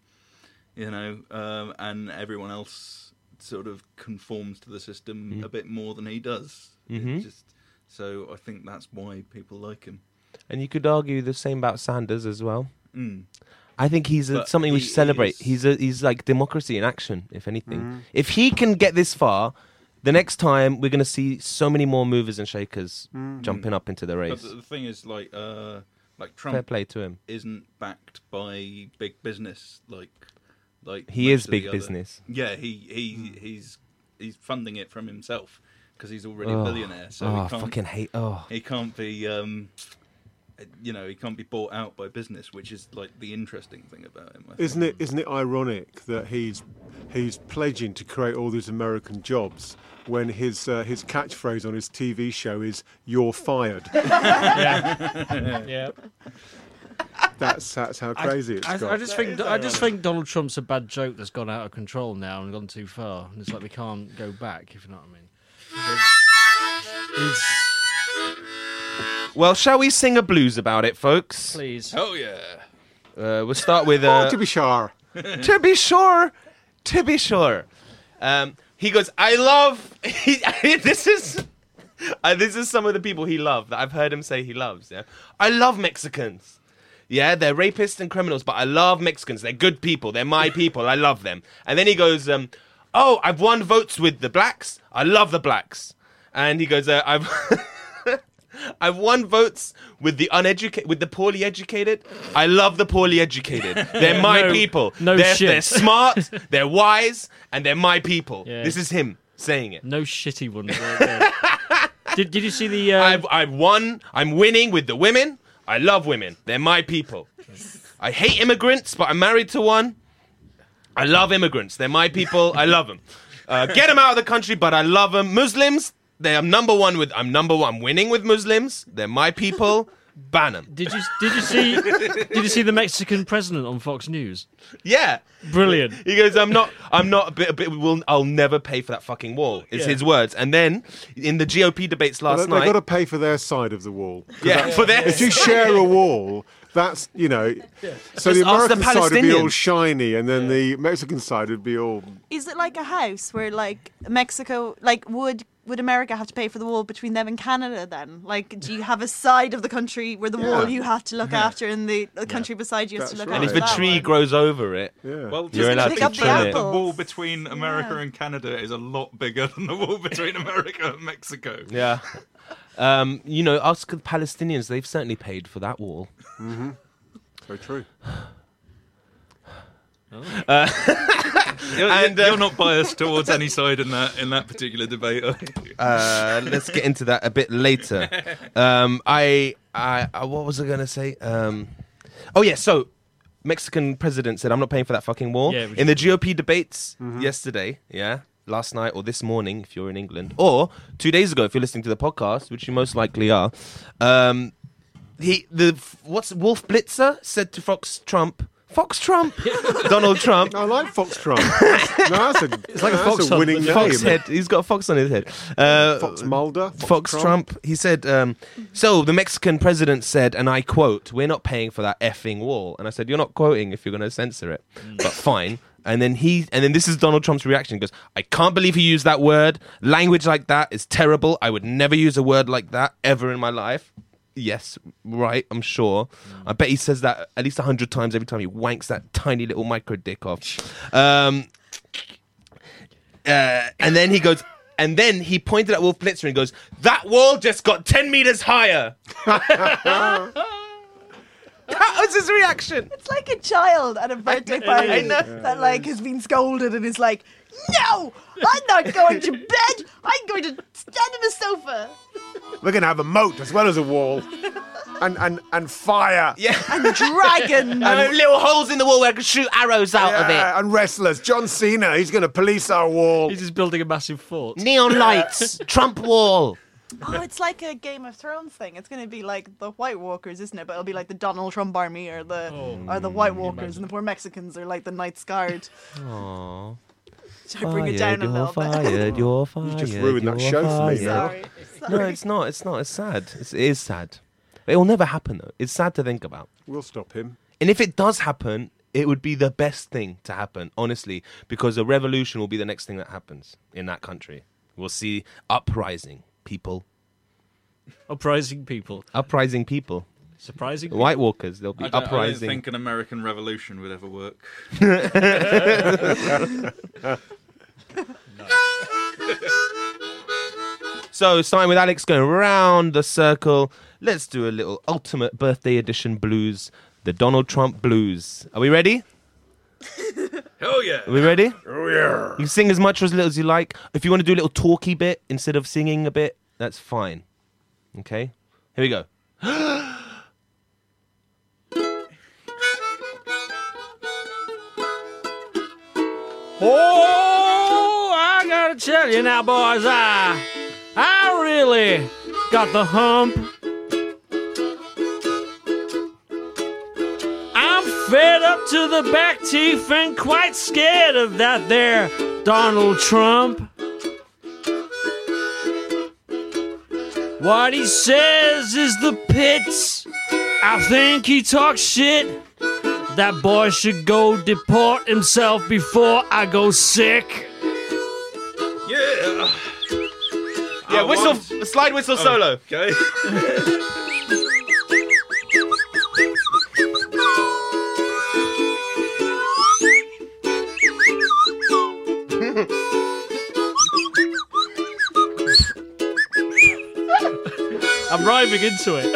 C: you know, um, and everyone else sort of conforms to the system
B: Mm-hmm.
C: a bit more than he does. It Just, so I think that's why people like him.
B: And you could argue the same about Sanders as well. I think he's a,
C: But
B: something we
C: he
B: should celebrate.
C: is-
B: He's a, he's like democracy in action, if anything. If he can get this far, the next time we're going to see so many more movers and shakers jumping up into Hmm. the
C: But
B: race.
C: the, the thing is, like, uh, like Trump
B: Fair play to him.
C: isn't backed by big business like like
B: He
C: most
B: is
C: of the
B: big
C: other-
B: business.
C: yeah he he he's he's funding it from himself because he's already a
B: Oh.
C: billionaire so
B: oh, I
C: he can't
B: fucking hate. Oh,
C: he can't be um you know he can't be bought out by business which is like the interesting thing about him I think.
F: Isn't it? Isn't it ironic that he's he's pledging to create all these American jobs when his uh, his catchphrase on his TV show is "You're fired."
D: Yeah.
F: that's that's how crazy it's
D: I,
F: got.
D: I just think I just think Donald Trump's a bad joke that's gone out of control now and gone too far, and it's like we can't go back. If you know what I mean. It's-
B: well, shall we sing a blues about it, folks? Uh,
D: please.
C: oh yeah
B: we'll start with.
F: Oh,
B: Uh,
F: to be sure.
B: to be sure, to be sure. Um, he goes, I love. this is. Uh, this is some of the people he loved that I've heard him say he loves. Yeah, I love Mexicans. Yeah, they're rapists and criminals, but I love Mexicans. They're good people. They're my people. I love them. And then he goes, um, "Oh, I've won votes with the blacks. I love the blacks." And he goes, uh, "I've." I've won votes with the uneducated, with the poorly educated. I love the poorly educated. They're my
D: No-
B: people.
D: no
B: they're,
D: shit.
B: they're smart. they're wise, and they're my people.
D: Yeah.
B: This is him saying it.
D: No shitty ones. Right there. did Did you see the? Uh,
B: I've I've won. I'm winning with the women. I love women. They're my people. I hate immigrants, but I'm married to one. I love immigrants. They're my people. I love them. Uh, get them out of the country, but I love them. Muslims. They are number one with. I'm number one. I'm winning with Muslims. They're my people. Ban him.
D: Did you did you see did you see the Mexican president on Fox News?
B: Yeah.
D: Brilliant.
B: He goes, I'm not, I'm not, a bit, a bit, will, I'll never pay for that fucking wall. It's
D: Yeah.
B: his words. And then in the GOP debates
F: But
B: last
F: they- They've
B: night,
F: got to pay for their side of the wall. 'Cause
B: yeah, for
F: If
B: this,
F: you share a wall, that's, you know. So the
B: Just ask the
F: American side would be all
B: Palestinians.
F: shiny, and then the Mexican side would be all.
E: Is it like a house where like Mexico, like would would America have to pay for the wall between them and Canada? Then, like, do you have a side of the country where the wall
F: Yeah.
E: you have to look after, and the, the country beside you has to
F: That's
E: look
F: right.
B: and
E: after?
B: if the
E: that
B: tree
E: one?
B: grows over it,
F: Yeah.
C: Well,
B: You're
C: just
B: allowed
C: think
E: to
C: about
E: trim
C: the
E: it.
C: wall between America
E: Yeah.
C: and Canada is a lot bigger than the wall between America and Mexico.
B: yeah. Um, you know, ask the Palestinians. They've certainly paid for that wall.
F: So true.
C: You're,
B: And,
C: and
B: uh,
C: you're not biased towards any side in that in that particular debate. Are you?
B: Uh, let's get into that a bit later. Um, I, I, I, what was I going to say? Um, oh yeah, so Mexican president said, "I'm not paying for that fucking wall."
D: Yeah, which
B: in the GOP debates yesterday, yeah, last night or this morning, if you're in England, or two days ago, if you're listening to the podcast, which you most likely are. Um, he, the what's Wolf Blitzer said to Fox Trump, Fox Trump, Donald Trump,
F: I like Foxtrot. no, that's a,
G: like a
F: that's
G: fox hunt,
F: winning
G: but
F: game.
B: Fox head. He's got a fox on his head. Uh,
F: Fox Mulder.
B: Fox Trump. He said, um, "So the Mexican president said, and I quote: We're not paying for that effing wall.'" And I said, "You're not quoting if you're going to censor it, but fine." And then he, and then this is Donald Trump's reaction. He goes, "I can't believe he used that word. Language like that is terrible. I would never use a word like that ever in my life." Yes, right. I'm sure. I bet he says that at least hundred times every time he wanks that tiny little micro dick off. Um, uh, and then he goes, and then he pointed at Wolf Blitzer and goes, "That wall just got ten meters higher." that was his reaction.
E: It's like a child at a birthday party that like has been scolded and is like, "No, I'm not going to bed. I'm going to stand on the sofa."
F: We're going to have a moat as well as a wall, and and and fire.
B: Yeah,
E: Dragon.
B: and little holes in the wall where I could shoot arrows out
F: Yeah, and wrestlers. John Cena. He's going to police our wall.
G: He's just building a massive fort.
B: it. Neon lights, Trump wall.
E: Oh, it's like a Game of Thrones thing. It's going to be like the White Walkers, isn't it? But it'll be like the Donald Trump army or the
B: Oh,
E: or
B: mm,
E: the White Walkers, and the poor Mexicans are like the Knights Guard.
B: Aww.
E: Should I bring it down a little bit?
B: fired. You're fired.
F: just ruined that
B: you're
F: show for
B: fired.
F: me now.
E: Sorry.
B: No, it's not. It's not. It's sad. It's, it is sad. It will never happen though. It's sad to think about.
F: We'll stop him.
B: And if it does happen, it would be the best thing to happen, honestly, because a revolution will be the next thing that happens in that country. We'll see uprising people,
G: Uprising people.
B: uprising people,
G: Surprising.
B: The White Walkers. There'll be
C: I don't, I don't
B: uprising.
C: think an American revolution would ever work.
B: So, starting with Alex going round the circle, let's do a little ultimate birthday edition blues, the Donald Trump blues. Are we ready?
C: Oh yeah.
B: Are we ready? Oh yeah. You can sing as much or as little as you like. If you want to do a little talky bit instead of singing a bit, that's fine. Okay? Here we go.
G: Oh, I gotta tell you now, boys, I, I really got the hump. I'm fed up to the back teeth and quite scared of that there Donald Trump. What he says is the pits. I think he talks shit. That boy should go deport himself before I go sick.
C: Yeah.
B: Yeah,
C: I
B: whistle,
C: want-
B: slide whistle solo.
C: Okay.
G: I'm rhyming into it.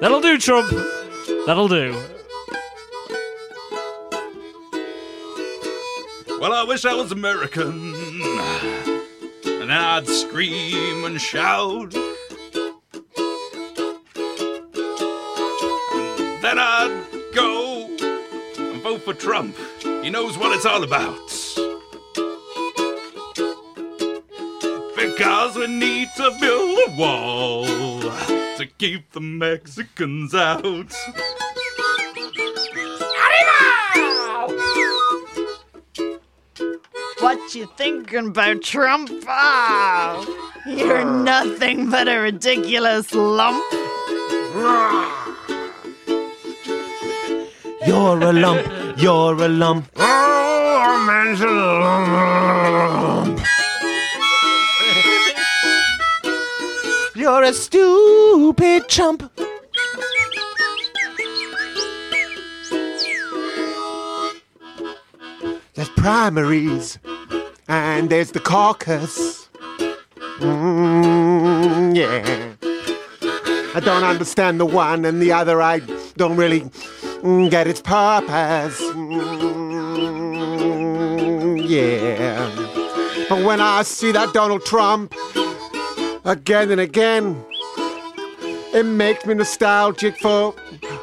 G: That'll do, Trump. That'll do.
C: Well, I wish I was American. And I'd scream and shout. And then I'd go and vote for Trump. He knows what it's all about. Because we need to build a wall. to keep the Mexicans out.
E: What you thinking about Trump? Oh, you're nothing but a ridiculous lump.
B: You're a lump. You're a lump. You're a stupid chump.
F: There's primaries, and there's the caucus. Mm, yeah. I don't understand the one and the other. I don't really mm, get its purpose. Mm, yeah. But when I see that Donald Trump again and again, it makes me nostalgic for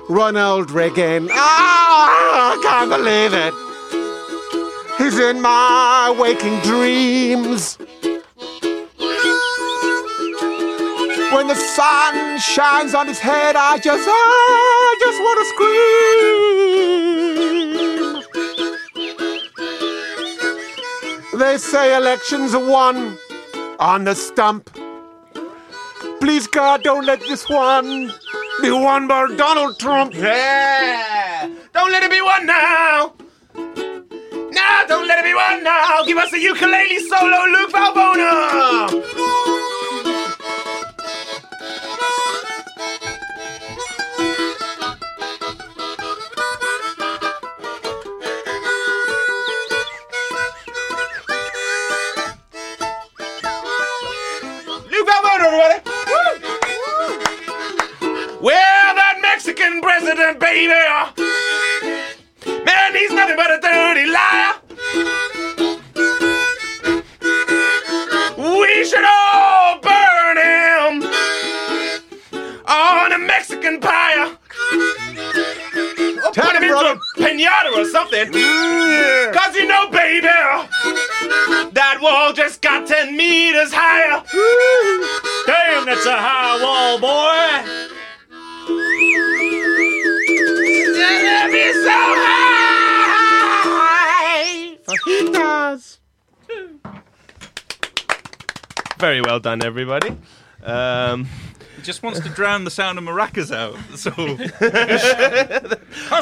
F: Ronald Reagan. Ah, I can't believe it. He's in my waking dreams. When the sun shines on his head, I just, I just want to scream. They say elections are won on the stump. Please, God, don't let this one be won by Donald Trump.
B: Yeah! Don't let it be one now! No, don't let it be one now! Give us a ukulele solo, Luke Valbona! Luke Valbona, everybody! Woo! Well, that Mexican president, baby! Man, he's nothing but a dirty liar. We should all burn him on a Mexican pyre. Or
F: Tell
B: put him
F: him,
B: into a
F: brother.
B: pinata or something. Cause you know, baby, that wall just got 10 meters higher. Damn, that's a high wall, boy. Let me so high. Very well done, everybody. Um,
C: He just wants to drown the sound of maracas out. That's
B: Oh,
C: all.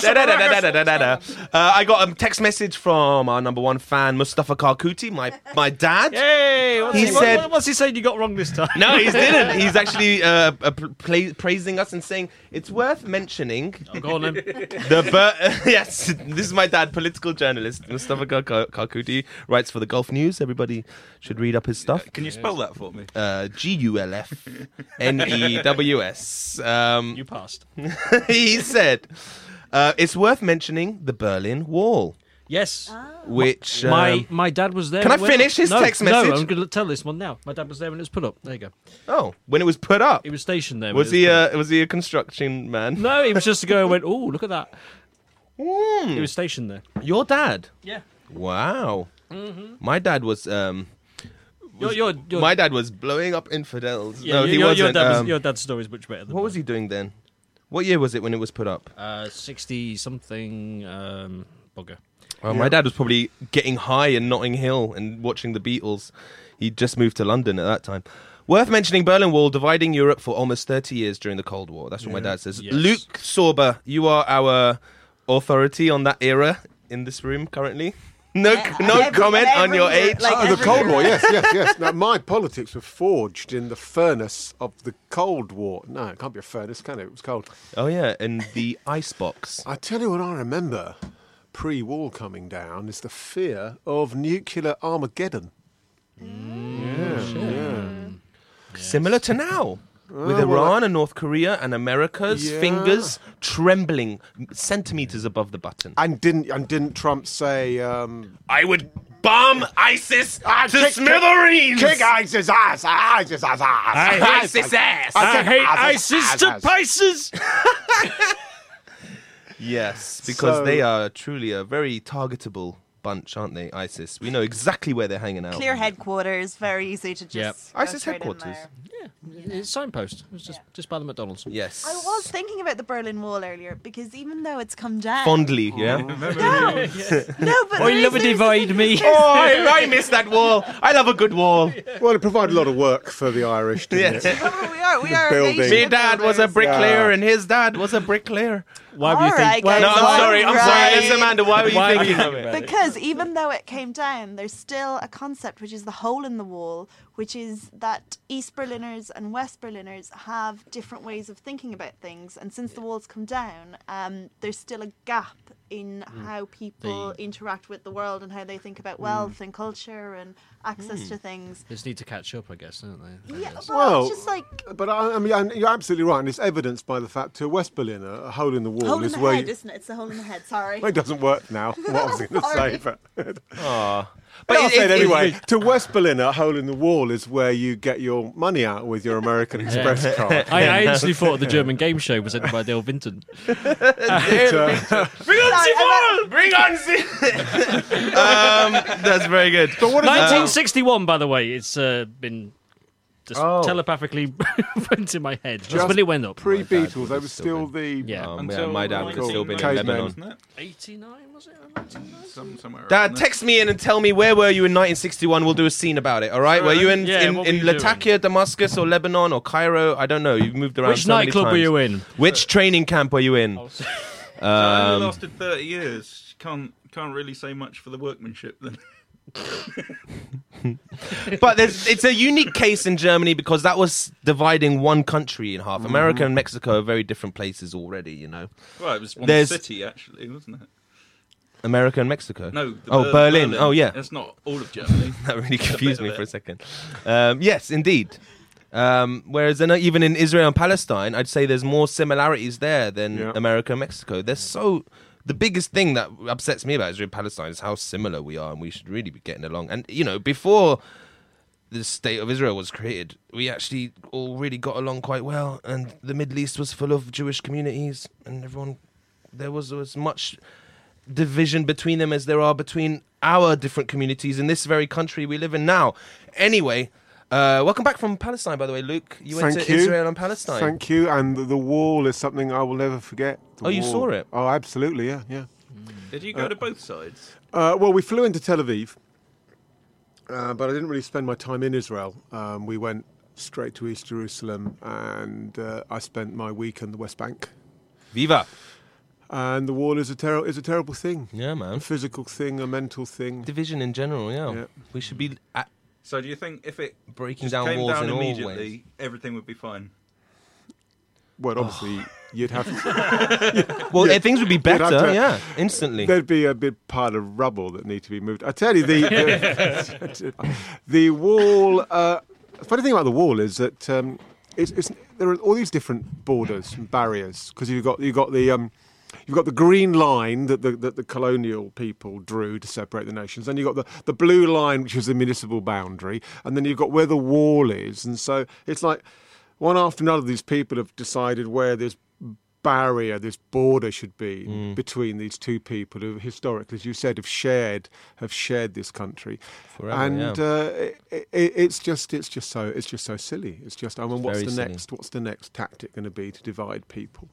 B: da, da, da, da, da, da, da, da. Uh, I got a text message from our number one fan, Mustafa Karkuti, my, my dad.
D: Hey, what's
B: He
D: he, what-
B: said-
D: what- what's he saying you got wrong this time?
B: No, he didn't. He's actually uh, uh, pla- praising us and saying it's worth mentioning
D: Oh, Go on then.
B: The bur- yes, this is my dad, political journalist Mustafa Kar- Kar- Karkuti, writes for the Gulf News. Everybody should read up his stuff.
C: Can you spell that for me?
B: Uh, G U L F N E W S. Um,
D: You passed.
B: he said, uh, "It's worth mentioning the Berlin Wall,
D: Yes.
B: which um,
D: my my dad was there.
B: Can I
D: when-
B: finish his
D: no,
B: text
D: No,
B: message?
D: I'm going to tell this one now. My dad was there when it was put up. There you go.
B: oh, when it was put up,
D: He was stationed there. when
B: was
D: it
B: he
D: put up.
B: a was he a construction man?
D: No, he was just a guy who went, oh, look at that.
B: Hmm.
D: He was stationed there.
B: Your dad?
D: Yeah.
B: Wow. My dad was." Um,
D: Your, your, Mm-hmm. your,
B: my dad was blowing up infidels.
D: yeah,
B: no,
D: your,
B: he
D: your,
B: wasn't.
D: Your, dad was,
B: um,
D: your dad's story is much better than
B: What was he doing then? What year was it when it was put up?
D: Uh, 60 something um, bugger.
B: Oh, My dad was probably getting high in Notting Hill and watching the Beatles. He'd just moved to London at that time. Worth mentioning Berlin Wall dividing Europe for almost 30 years during the Cold War. That's what my dad says.
D: Yes.
B: Luke Sorber, you are our authority on that era in this room currently. No, no
E: every-
B: comment on
E: every
B: your
E: year,
B: age.
E: like-
F: Oh, the
E: every
F: Cold
E: year.
F: War, yes, yes, yes. Now, my politics were forged in the furnace of the Cold War. No, it can't be a furnace, can it? It was cold.
B: oh yeah, and the icebox.
F: I tell you what I remember pre wall coming down is the fear of nuclear Armageddon.
B: Similar to now. With Iran and North Korea and America's
F: Yeah.
B: fingers trembling centimeters above the button.
F: And didn't and didn't Trump say um,
B: I would bomb ISIS to
F: Ah, kick- kick-
B: smithereens.
F: kick ISIS ass, ISIS ass,
B: ISIS ass.
F: kick
G: hate
F: ISIS,
G: ISIS to
F: ISIS.
G: pieces.
B: yes, because
F: So-
B: they are truly a very targetable bunch, aren't they? ISIS. We know exactly where they're hanging out.
E: Clear headquarters, very easy to just.
D: Yep.
E: go
B: ISIS
E: straight in
B: headquarters.
E: there.
D: It's signpost. It's just just by the McDonald's.
B: Yes.
E: I was thinking about the Berlin Wall earlier because even though it's come down,
B: fondly, yeah.
E: no, no, but
G: I love a divide me.
B: Oh, I, I miss that wall. I love a good wall.
F: Well, it provided a lot of work for the Irish, didn't it?
B: Yeah.
E: Oh, we are, we are.
F: building.
E: amazing
B: Me dad was a
E: builders.
B: bricklayer, and his dad was a bricklayer.
G: Why
E: All right, guys,
B: No, I'm
E: all
B: sorry. I'm
E: right.
B: sorry. Yes, Amanda. Why were you
G: Why are
B: thinking
G: you
B: of it?
E: Because even though it came down, there's still a concept which is the hole in the wall, which is that East Berliners and West Berliners have different ways of thinking about things. And since the walls come down, um, there's still a gap in
F: Mm.
E: how people interact with the world and how they think about wealth and culture and access to things.
D: They just need to catch up, I guess, don't they? I
E: Yeah,
D: guess.
E: well,
F: Mm. Well,
E: it's just like
F: But I, I mean, and you're absolutely right, and it's evidenced by the fact to West Berliner, a hole in the wall
E: hole in
F: is
E: the
F: where
E: head,
F: you.
E: isn't it? It's the hole in the head. Sorry.
F: It doesn't work now. What I was going to
E: Sorry.
F: say, but, but
B: But
F: I'll
B: it-
F: say it
B: it-
F: anyway. to West Berliner, a hole in the wall is where you get your money out with your American Express card.
D: I, I actually thought the German game show presented by Dale Vinton.
B: Bring on
E: Sorry, I
B: Zivon! Bring on Zivon! um, that's very good. But what
D: 1961, by the way. It's uh, been just
B: Oh.
D: telepathically went in my head. Just
F: Just
D: when it went up.
F: Pre
B: dad
F: Beatles, they
B: would've
F: were
B: still
F: still the. uh,
D: Yeah.
B: Um, yeah, my dad would have still been in
C: 1999,
F: Lebanon.
C: wasn't it?
D: 89 was it? 1989?
C: Some, somewhere around
B: Dad,
C: there.
B: text me in and tell me where were you in 1961. We'll do a scene about it. All right? Were you in
D: Yeah,
B: in,
D: what
B: in
D: were you
B: Latakia, Damascus, or Lebanon, or Cairo? I don't know. You've moved around.
D: Which
B: so many
D: nightclub were
B: times.
D: you in? Oh,
B: Which training camp were you in? Uh,
C: I
B: um,
C: only lasted 30 years. Can't can't really say much for the workmanship then.
B: but there's, it's a unique case in Germany because that was dividing one country in half.
D: Mm-hmm.
B: America and Mexico are very different places already. You know,
C: Well, it was one
B: There's-
C: city actually, wasn't it?
B: America and Mexico.
C: No. the
B: oh,
C: Ber-
B: Berlin. Oh, yeah.
C: That's not all of Germany.
B: That really confused
C: bit
B: me
C: of
B: for a
C: it.
B: second. Um, yes, indeed. Um, whereas then, uh, even in Israel and Palestine, I'd say there's more similarities there than
F: Yeah.
B: America and Mexico. They're so. The biggest thing that upsets me about Israel and Palestine is how similar we are, and we should really be getting along. And, you know, before the state of Israel was created, we actually all really got along quite well, and the Middle East was full of Jewish communities, and everyone. There was as much division between them as there are between our different communities in this very country we live in now. Anyway, uh, welcome back from Palestine, by the way, Luke. You went
F: Thank
B: to
F: you.
B: Israel and Palestine.
F: Thank you. And the, the wall is something I will never forget. The
B: Oh, you
F: wall.
B: saw it?
F: Oh, absolutely. Yeah, yeah.
C: Did you go to both sides?
F: Uh, well, we flew into Tel Aviv, uh, but I didn't really spend my time in Israel. Um, we went straight to East Jerusalem, and uh, I spent my week in the West Bank.
B: Viva.
F: And the wall is a ter- is a terrible thing,
B: Yeah, man.
F: a physical thing, a mental thing.
B: Division in general, yeah.
F: Yeah.
B: We should be uh, at
C: So do you think if it
B: breaking
C: just
B: down
C: came
B: walls
C: down
B: in all
C: immediately,
B: ways.
C: everything would be fine?
F: Well, obviously, you'd have
B: Well, eh, things would be
F: have
B: better,
F: to-
B: yeah, instantly.
F: there'd be a big pile of rubble that need to be moved. I tell you, the the, the wall. Uh, funny thing about the wall is that um, it's, it's, there are all these different borders and barriers because you've got you've got the um, you've got the green line that the, that the colonial people drew to separate the nations. Then you've got the, the blue line, which is the municipal boundary, and then you've got where the wall is. And so it's like one after another, these people have decided where this barrier, this border should be
B: Mm.
F: between these two people who historically, as you said, have shared have shared this country.
B: Forever,
F: and
B: yeah.
F: uh, it, it, it's just it's just so it's just so silly. It's just I mean, what's
B: very
F: the
B: silly.
F: next what's the next tactic going to be to divide people?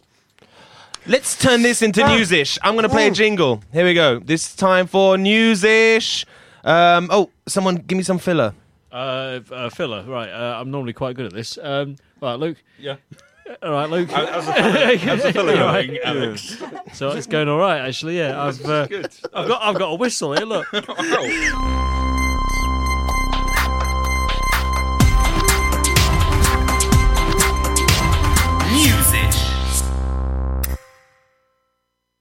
B: Let's turn this into newsish. I'm going to play a jingle. Here we go. This is time for newsish. Um, oh, someone give me some filler.
D: Uh, uh, filler, right. Uh, I'm normally quite good at this. Um, right, Luke.
C: Yeah.
D: All right, Luke.
C: How's the fellow- how's the fellow
D: All right.
C: going, Alex?
D: So it's going all right, actually. Yeah, I've uh,
C: Good.
D: I've got I've got a whistle here. Look.
C: Oh,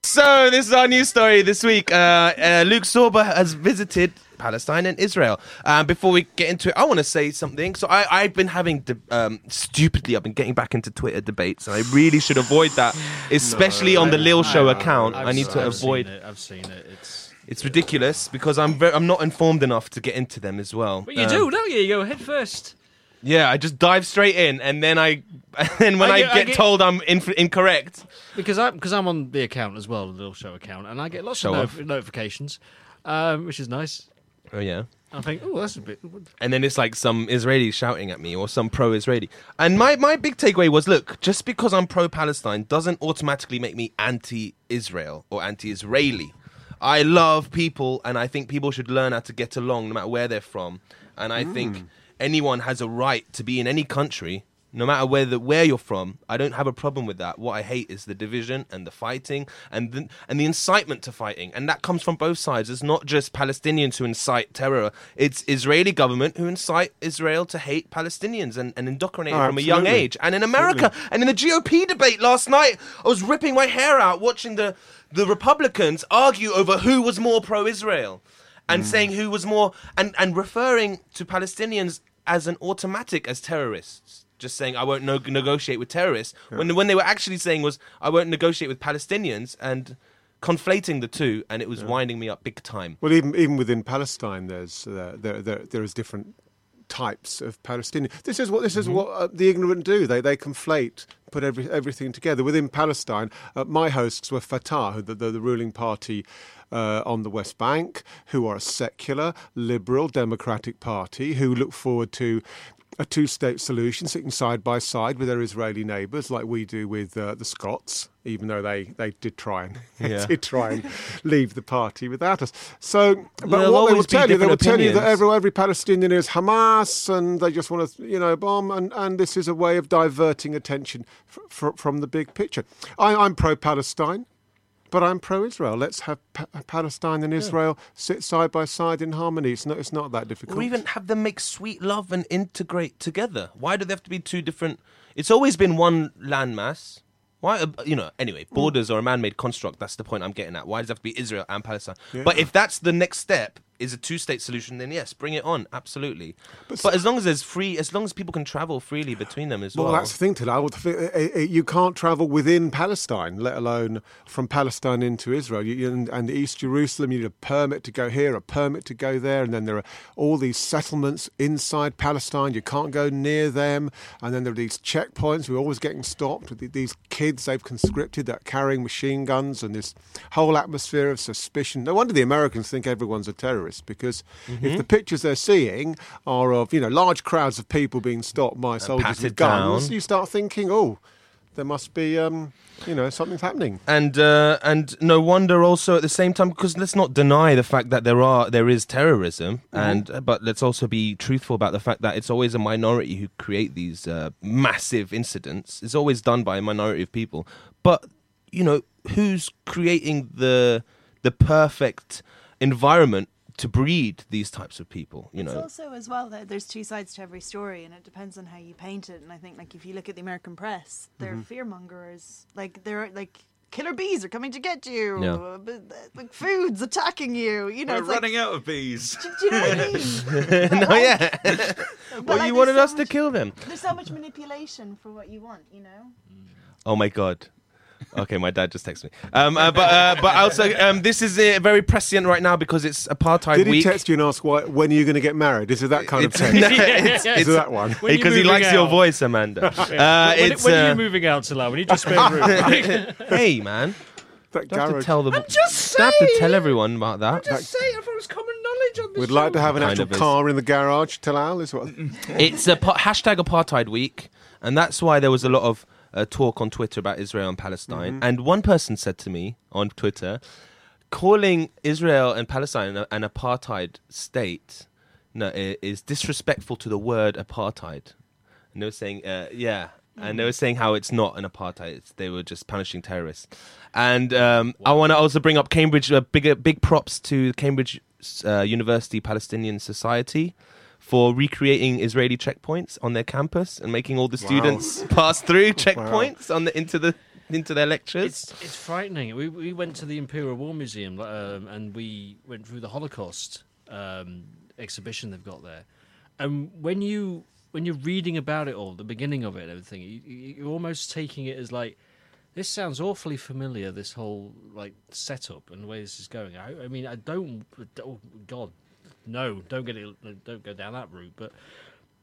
B: So this is our news story this week. Uh, uh, Luke Sorba has visited Palestine and Israel. Um, before we get into it, I want to say something. So I, I've been having de- um, stupidly, I've been getting back into Twitter debates, and I really should avoid that, especially on the Lil Show account. i
D: I've-
B: need to
D: I've seen
B: avoid.
D: it, I've seen it. It's.
B: It's ridiculous because I'm very, I'm not informed enough to get into them as well.
D: But you
B: Um,
D: do, don't you? You go head first.
B: Yeah, I just dive straight in, and then I, and then when I,
D: I
B: get,
D: get- I get-
B: told I'm inf- incorrect,
D: because I'm because I'm on the account as well, the little show account, and I get lots
B: Show
D: of
B: off.
D: notif- notifications, um, which is nice.
B: Oh yeah.
D: I think, oh, that's a bit.
B: And then it's like some Israeli shouting at me or some pro Israeli. And my, my big takeaway was look, just because I'm pro Palestine doesn't automatically make me anti Israel or anti Israeli. I love people and I think people should learn how to get along no matter where they're from. And I think anyone has a right to be in any country no matter where the, where you're from, I don't have a problem with that. What I hate is the division and the fighting and the, and the incitement to fighting, and that comes from both sides. It's not just Palestinians who incite terror; it's Israeli government who incite Israel to hate Palestinians and, and indoctrinate
F: Oh,
B: it from a young
F: absolutely.
B: age. And in America, and in the GOP debate last night, I was ripping my hair out watching the the Republicans argue over who was more pro-Israel, and saying who was more and and referring to Palestinians as an automatic as terrorists. Just saying, I won't no- negotiate with terrorists. When when they were actually saying was, I won't negotiate with Palestinians, and conflating the two, and it was winding me up big time.
F: Well, even even within Palestine, there's uh, there, there there is different types of Palestinian. This is what this is what uh, the ignorant do. They they conflate, put every, everything together. Within Palestine, uh, my hosts were Fatah, who the, the, the ruling party. Uh, on the West Bank, who are a secular, liberal, democratic party, who look forward to a two state solution, sitting side by side with their Israeli neighbours, like we do with uh, the Scots, even though they, they did try and
B: Yeah.
F: did try and leave the party without us. So,
B: There'll
F: but what they will
B: always be
F: tell you, they
B: different
F: will tell you that
B: opinions.
F: every, every Palestinian is Hamas, and they just want to, you know, bomb, and, and this is a way of diverting attention fr- fr- from the big picture. I, I'm pro-Palestine, but I'm pro-Israel. Let's have pa- Palestine and Israel sit side by side in harmony. It's not, it's not that difficult.
B: Or even have them make sweet love and integrate together. Why do they have to be two different? It's always been one landmass. Why, uh, you know,
F: Mm.
B: anyway, borders are a man made construct. That's the point I'm getting at. Why does it have to be Israel and Palestine? But if that's the next step, is a two state solution, then yes, bring it on, absolutely. But, as long as there's free, as long as people can travel freely between them as well.
F: Well, that's the thing today. I would think, uh, uh, you can't travel within Palestine, let alone from Palestine into Israel. You- You, and, and East Jerusalem, you need a permit to go here, a permit to go there, and then there are all these settlements inside Palestine. You can't go near them, and then there are these checkpoints. We're always getting stopped with the- these kids they've conscripted that are carrying machine guns, and this whole atmosphere of suspicion. No wonder the Americans think everyone's a terrorist because if the pictures they're seeing are of you know large crowds of people being stopped by soldiers
B: patted
F: with guns,
B: down.
F: you start thinking, oh, there must be, um, you know, something's happening.
B: and uh, and no wonder also at the same time because let's not deny the fact that there are there is terrorism and uh, but let's also be truthful about the fact that it's always a minority who create these uh, massive incidents it's always done by a minority of people but you know who's creating the the perfect environment to breed these types of people you
H: It's
B: know
H: also as well that there's two sides to every story, and it depends on how you paint it. And I think like if you look at the American press, they're
B: Mm-hmm.
H: fearmongers. Like they're like killer bees are coming to get you.
B: Yeah.
H: uh, but, uh, Like food's attacking you. You know,
C: We're
H: it's like,
C: running out of bees.
H: do, do you know what I mean?
B: oh yeah
H: But,
B: well you
H: like, there's
B: wanted
H: so
B: us to
H: much-
B: kill them
H: There's so much manipulation for what you want. You know.
B: Oh my god. Okay, my dad just texted me. Um, uh, but uh, but also, um, this is uh, very prescient right now because it's apartheid
F: Did he
B: week.
F: text you and ask why, when are you going to get married? Is it that kind
B: It's-
F: of text?
B: no, it's-
F: Is
B: it's-
F: it that one?
D: When you
B: because he
D: moving
B: likes your
D: out?
B: voice, Amanda. Uh,
D: when,
B: it's,
D: when are
B: uh,
D: you moving out to We need your spare room.
B: hey man,
F: That
B: do I have to
F: garage.
B: tell them. I'm just saying. have to tell everyone about that.
F: We'd like to have an
B: Kind
F: actual
B: of is.
F: car in the garage, Talal. Is what?
B: it's a hashtag apartheid week, and that's why there was a lot of uh, talk on Twitter about Israel and Palestine.
D: Mm-hmm.
B: And one person said to me on Twitter, calling Israel and Palestine an, an apartheid state no, i- is disrespectful to the word apartheid. And they were saying, uh, yeah. And they were saying how it's not an apartheid; it's, they were just punishing terrorists. And um, I want to also bring up Cambridge. Uh, big, big props to Cambridge uh, University Palestinian Society for recreating Israeli checkpoints on their campus and making all the students pass through checkpoints on the into the into their lectures.
D: It's it's frightening. We we went to the Imperial War Museum um, and we went through the Holocaust um, exhibition they've got there. And when you when you're reading about it all, the beginning of it and everything, you, you- you're almost taking it as like this sounds awfully familiar. This whole like setup and the way this is going. I, I mean, I don't. Oh God, no! Don't get it. Don't go down that route. But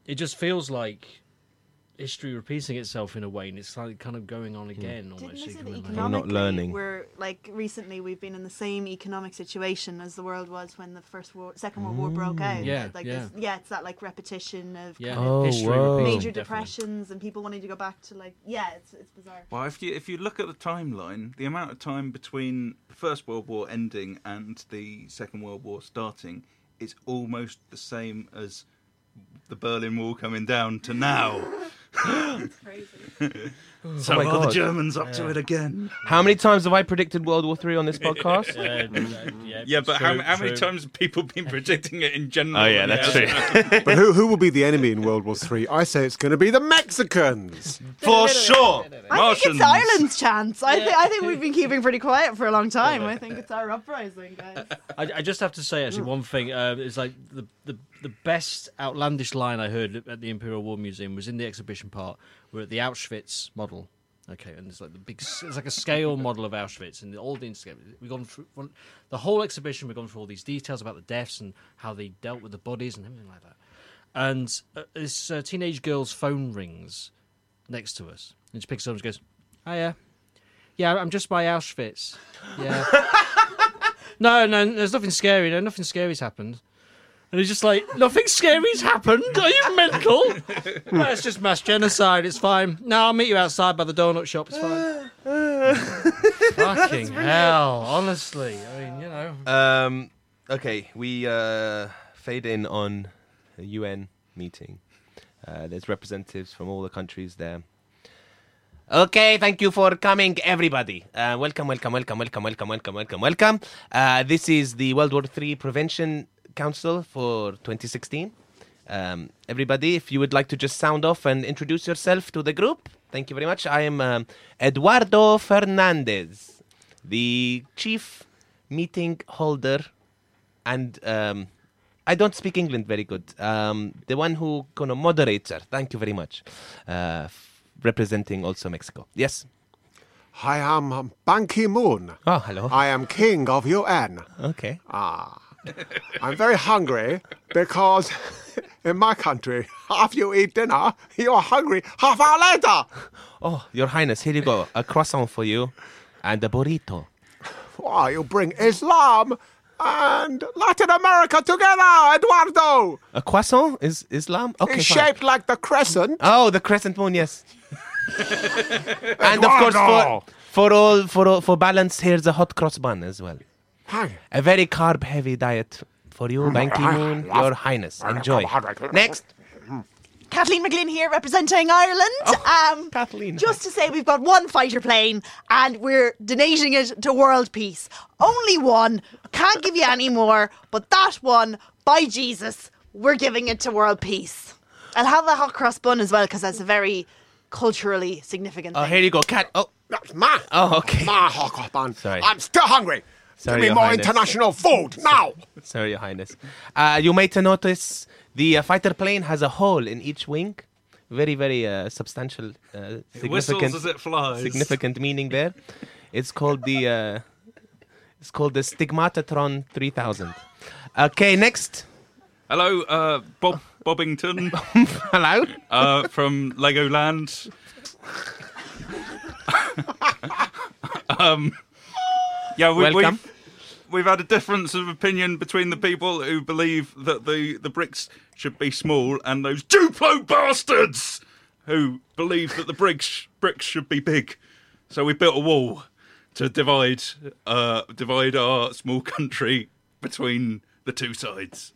D: it just feels like history repeating itself in a way, and it's like kind of going on again. Almost,
E: Didn't
D: so
E: they
D: you
E: say
D: can
E: that
D: relate.
B: We're not
E: economically
B: learning.
E: We're like recently we've been in the same economic situation as the world was when the first war, second world war broke
B: Mm.
E: out.
D: Yeah,
E: like
D: yeah.
E: This, yeah, it's that like repetition of
D: yeah,
E: kind of
B: Oh,
D: history
B: whoa.
D: repeating,
E: major
D: definitely.
E: depressions and people wanting to go back to like yeah, it's it's bizarre.
C: Well, if you if you look at the timeline, the amount of time between the First World War ending and the Second World War starting is almost the same as the Berlin Wall coming down to now.
E: It's crazy.
B: Oh
C: So
B: my
C: are the
B: God.
C: Germans up to it again?
B: How many times have I predicted World War Three on this podcast?
D: yeah,
C: Yeah, but how,
D: true,
C: how many
D: true.
C: times have people been predicting it in general?
B: Oh, yeah, that's
C: true.
F: but who, who will be the enemy in World War Three? I say it's going to be the Mexicans.
C: For sure.
E: I think
C: Martians.
E: it's Ireland's chance. I, thi- I think we've been keeping pretty quiet for a long time. I think it's our uprising, guys.
D: I, I just have to say actually one thing. Uh, it's like the, the the best outlandish line I heard at the Imperial War Museum was in the exhibition part. We're at the Auschwitz model. Okay, and it's like the big, s- it's like a scale model of Auschwitz, and all the insca- we've gone through one, the whole exhibition. We've gone through all these details about the deaths and how they dealt with the bodies and everything like that. And uh, this uh, teenage girl's phone rings next to us, and she picks it up and she goes, "Hiya, yeah, I'm just by Auschwitz." Yeah. No, no, there's nothing scary. No, nothing scary's happened. And he's just like, nothing scary's happened. Are you mental? no, it's just mass genocide. It's fine. No, I'll meet you outside by the donut shop. It's fine. Fucking hell, honestly. I mean, you know.
B: Um, okay, we uh, fade in on a UN meeting. Uh, there's representatives from all the countries there. Okay, thank you for coming, everybody. Uh, welcome, welcome, welcome, welcome, welcome, welcome, welcome, welcome. Uh, this is the World War III Prevention Council for 2016. Um, everybody, if you would like to just sound off and introduce yourself to the group, thank you very much. I am um, Eduardo Fernandez, the chief meeting holder, and um, I don't speak England very good. Um, the one who kind of moderates, her. thank you very much, uh, f- representing also Mexico. Yes.
F: I am Ban Ki Moon.
B: Oh, hello.
F: I am king of UN.
B: okay.
F: I'm very hungry because in my country, after you eat dinner, you're hungry half hour later.
B: Oh, Your Highness, here you go. A croissant for you, and a burrito.
F: Why you bring Islam and Latin America together, Eduardo?
B: A croissant is Islam? Okay.
F: It's
B: fine.
F: shaped like the crescent.
B: Oh, the crescent moon, yes. and of course, for, for all for all, for balance, here's a hot cross bun as well.
F: Hi.
B: A very carb heavy diet for you,
C: Mm.
B: Ban Ki
C: Ah,
B: moon, Your Highness. Enjoy. Next.
E: Kathleen McGlynn here representing Ireland. um,
B: Kathleen.
E: Just to say, we've got one fighter plane and we're donating it to world peace. Only one. Can't give you any more, but that one, by Jesus, we're giving it to world peace. I'll have the hot cross bun as well because that's a very culturally significant
B: Oh,
E: thing.
B: here you go, cat. Oh,
F: That's my.
B: Oh, okay.
F: My hot bun.
B: Sorry.
F: I'm still hungry.
B: Sorry,
F: Give me
B: Your
F: more
B: Highness.
F: international food now.
B: Sorry, Your Highness. Uh, you might notice the uh, fighter plane has a hole in each wing. Very, very uh, substantial, uh,
C: It whistles as
B: significant,
C: it flies.
B: significant meaning there. It's called the uh, it's called the Stigmatatron 3000. Okay, next.
C: Hello, uh, Bob Bobbington
B: Hello.
C: uh, from Legoland. um, Um, yeah, we,
B: Welcome.
C: We've, we've had a difference of opinion between the people who believe that the, the bricks should be small and those Duplo bastards who believe that the bricks bricks should be big. So we built a wall to divide uh, divide our small country between the two sides.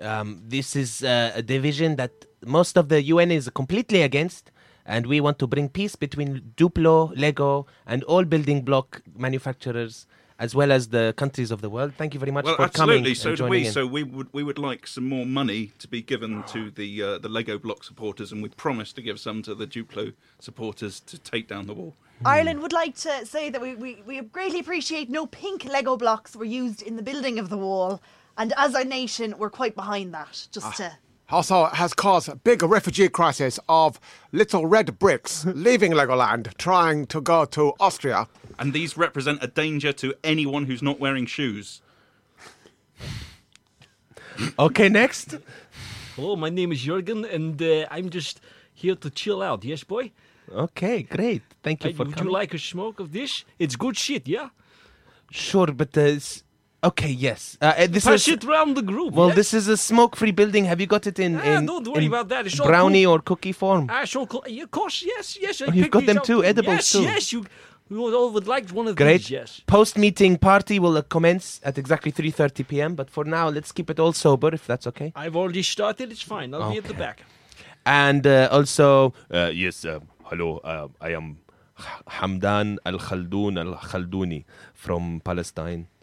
B: Um, this is uh, a division that most of the UN is completely against, and we want to bring peace between Duplo, Lego, and all building block manufacturers, as well as the countries of the world. Thank you very much
C: Well,
B: for coming
C: absolutely. So
B: and
C: do
B: joining
C: we.
B: in.
C: So we would we would like some more money to be given to the uh, the Lego block supporters, and we promise to give some to the Duplo supporters to take down the wall.
E: Ireland would like to say that we, we, we greatly appreciate no pink Lego blocks were used in the building of the wall. And as a nation, we're quite behind that. Just
G: Ah,
E: to.
F: Also, it has caused a big refugee crisis of little red bricks leaving Legoland, trying to go to Austria.
C: And these represent a danger to anyone who's not wearing shoes.
B: Okay, next.
A: Hello, my name is Jürgen, and uh, I'm just
D: here to chill out. Yes, boy.
B: Okay, great. Thank you
D: Hey,
B: for
D: would
B: coming.
D: you like a smoke of this? It's good shit, yeah.
B: Sure, but uh, it's- okay, yes. Uh, uh, this
D: Pass
B: is
D: it round the group.
B: well.
D: yeah?
B: This is a smoke-free building. Have you got it in?
D: Ah,
B: in-
D: don't worry
B: in
D: about that. It's all
B: brownie or cookie form.
D: Ah, so cl- yeah, of course, yes, yes.
B: Oh,
D: I
B: you've
D: picked
B: got
D: these
B: them
D: up.
B: too, edibles
D: yes,
B: too.
D: Yes, you, you would all would like one of
B: Great.
D: these, yes.
B: Post-meeting party will uh, commence at exactly 3:30 p.m. But for now, let's keep it all sober, if that's okay.
D: I've already started, it's fine. I'll be at the back.
B: And uh, also, uh, yes, uh, hello. Uh, I am H- Hamdan Al Khaldun Al Khalduni from Palestine.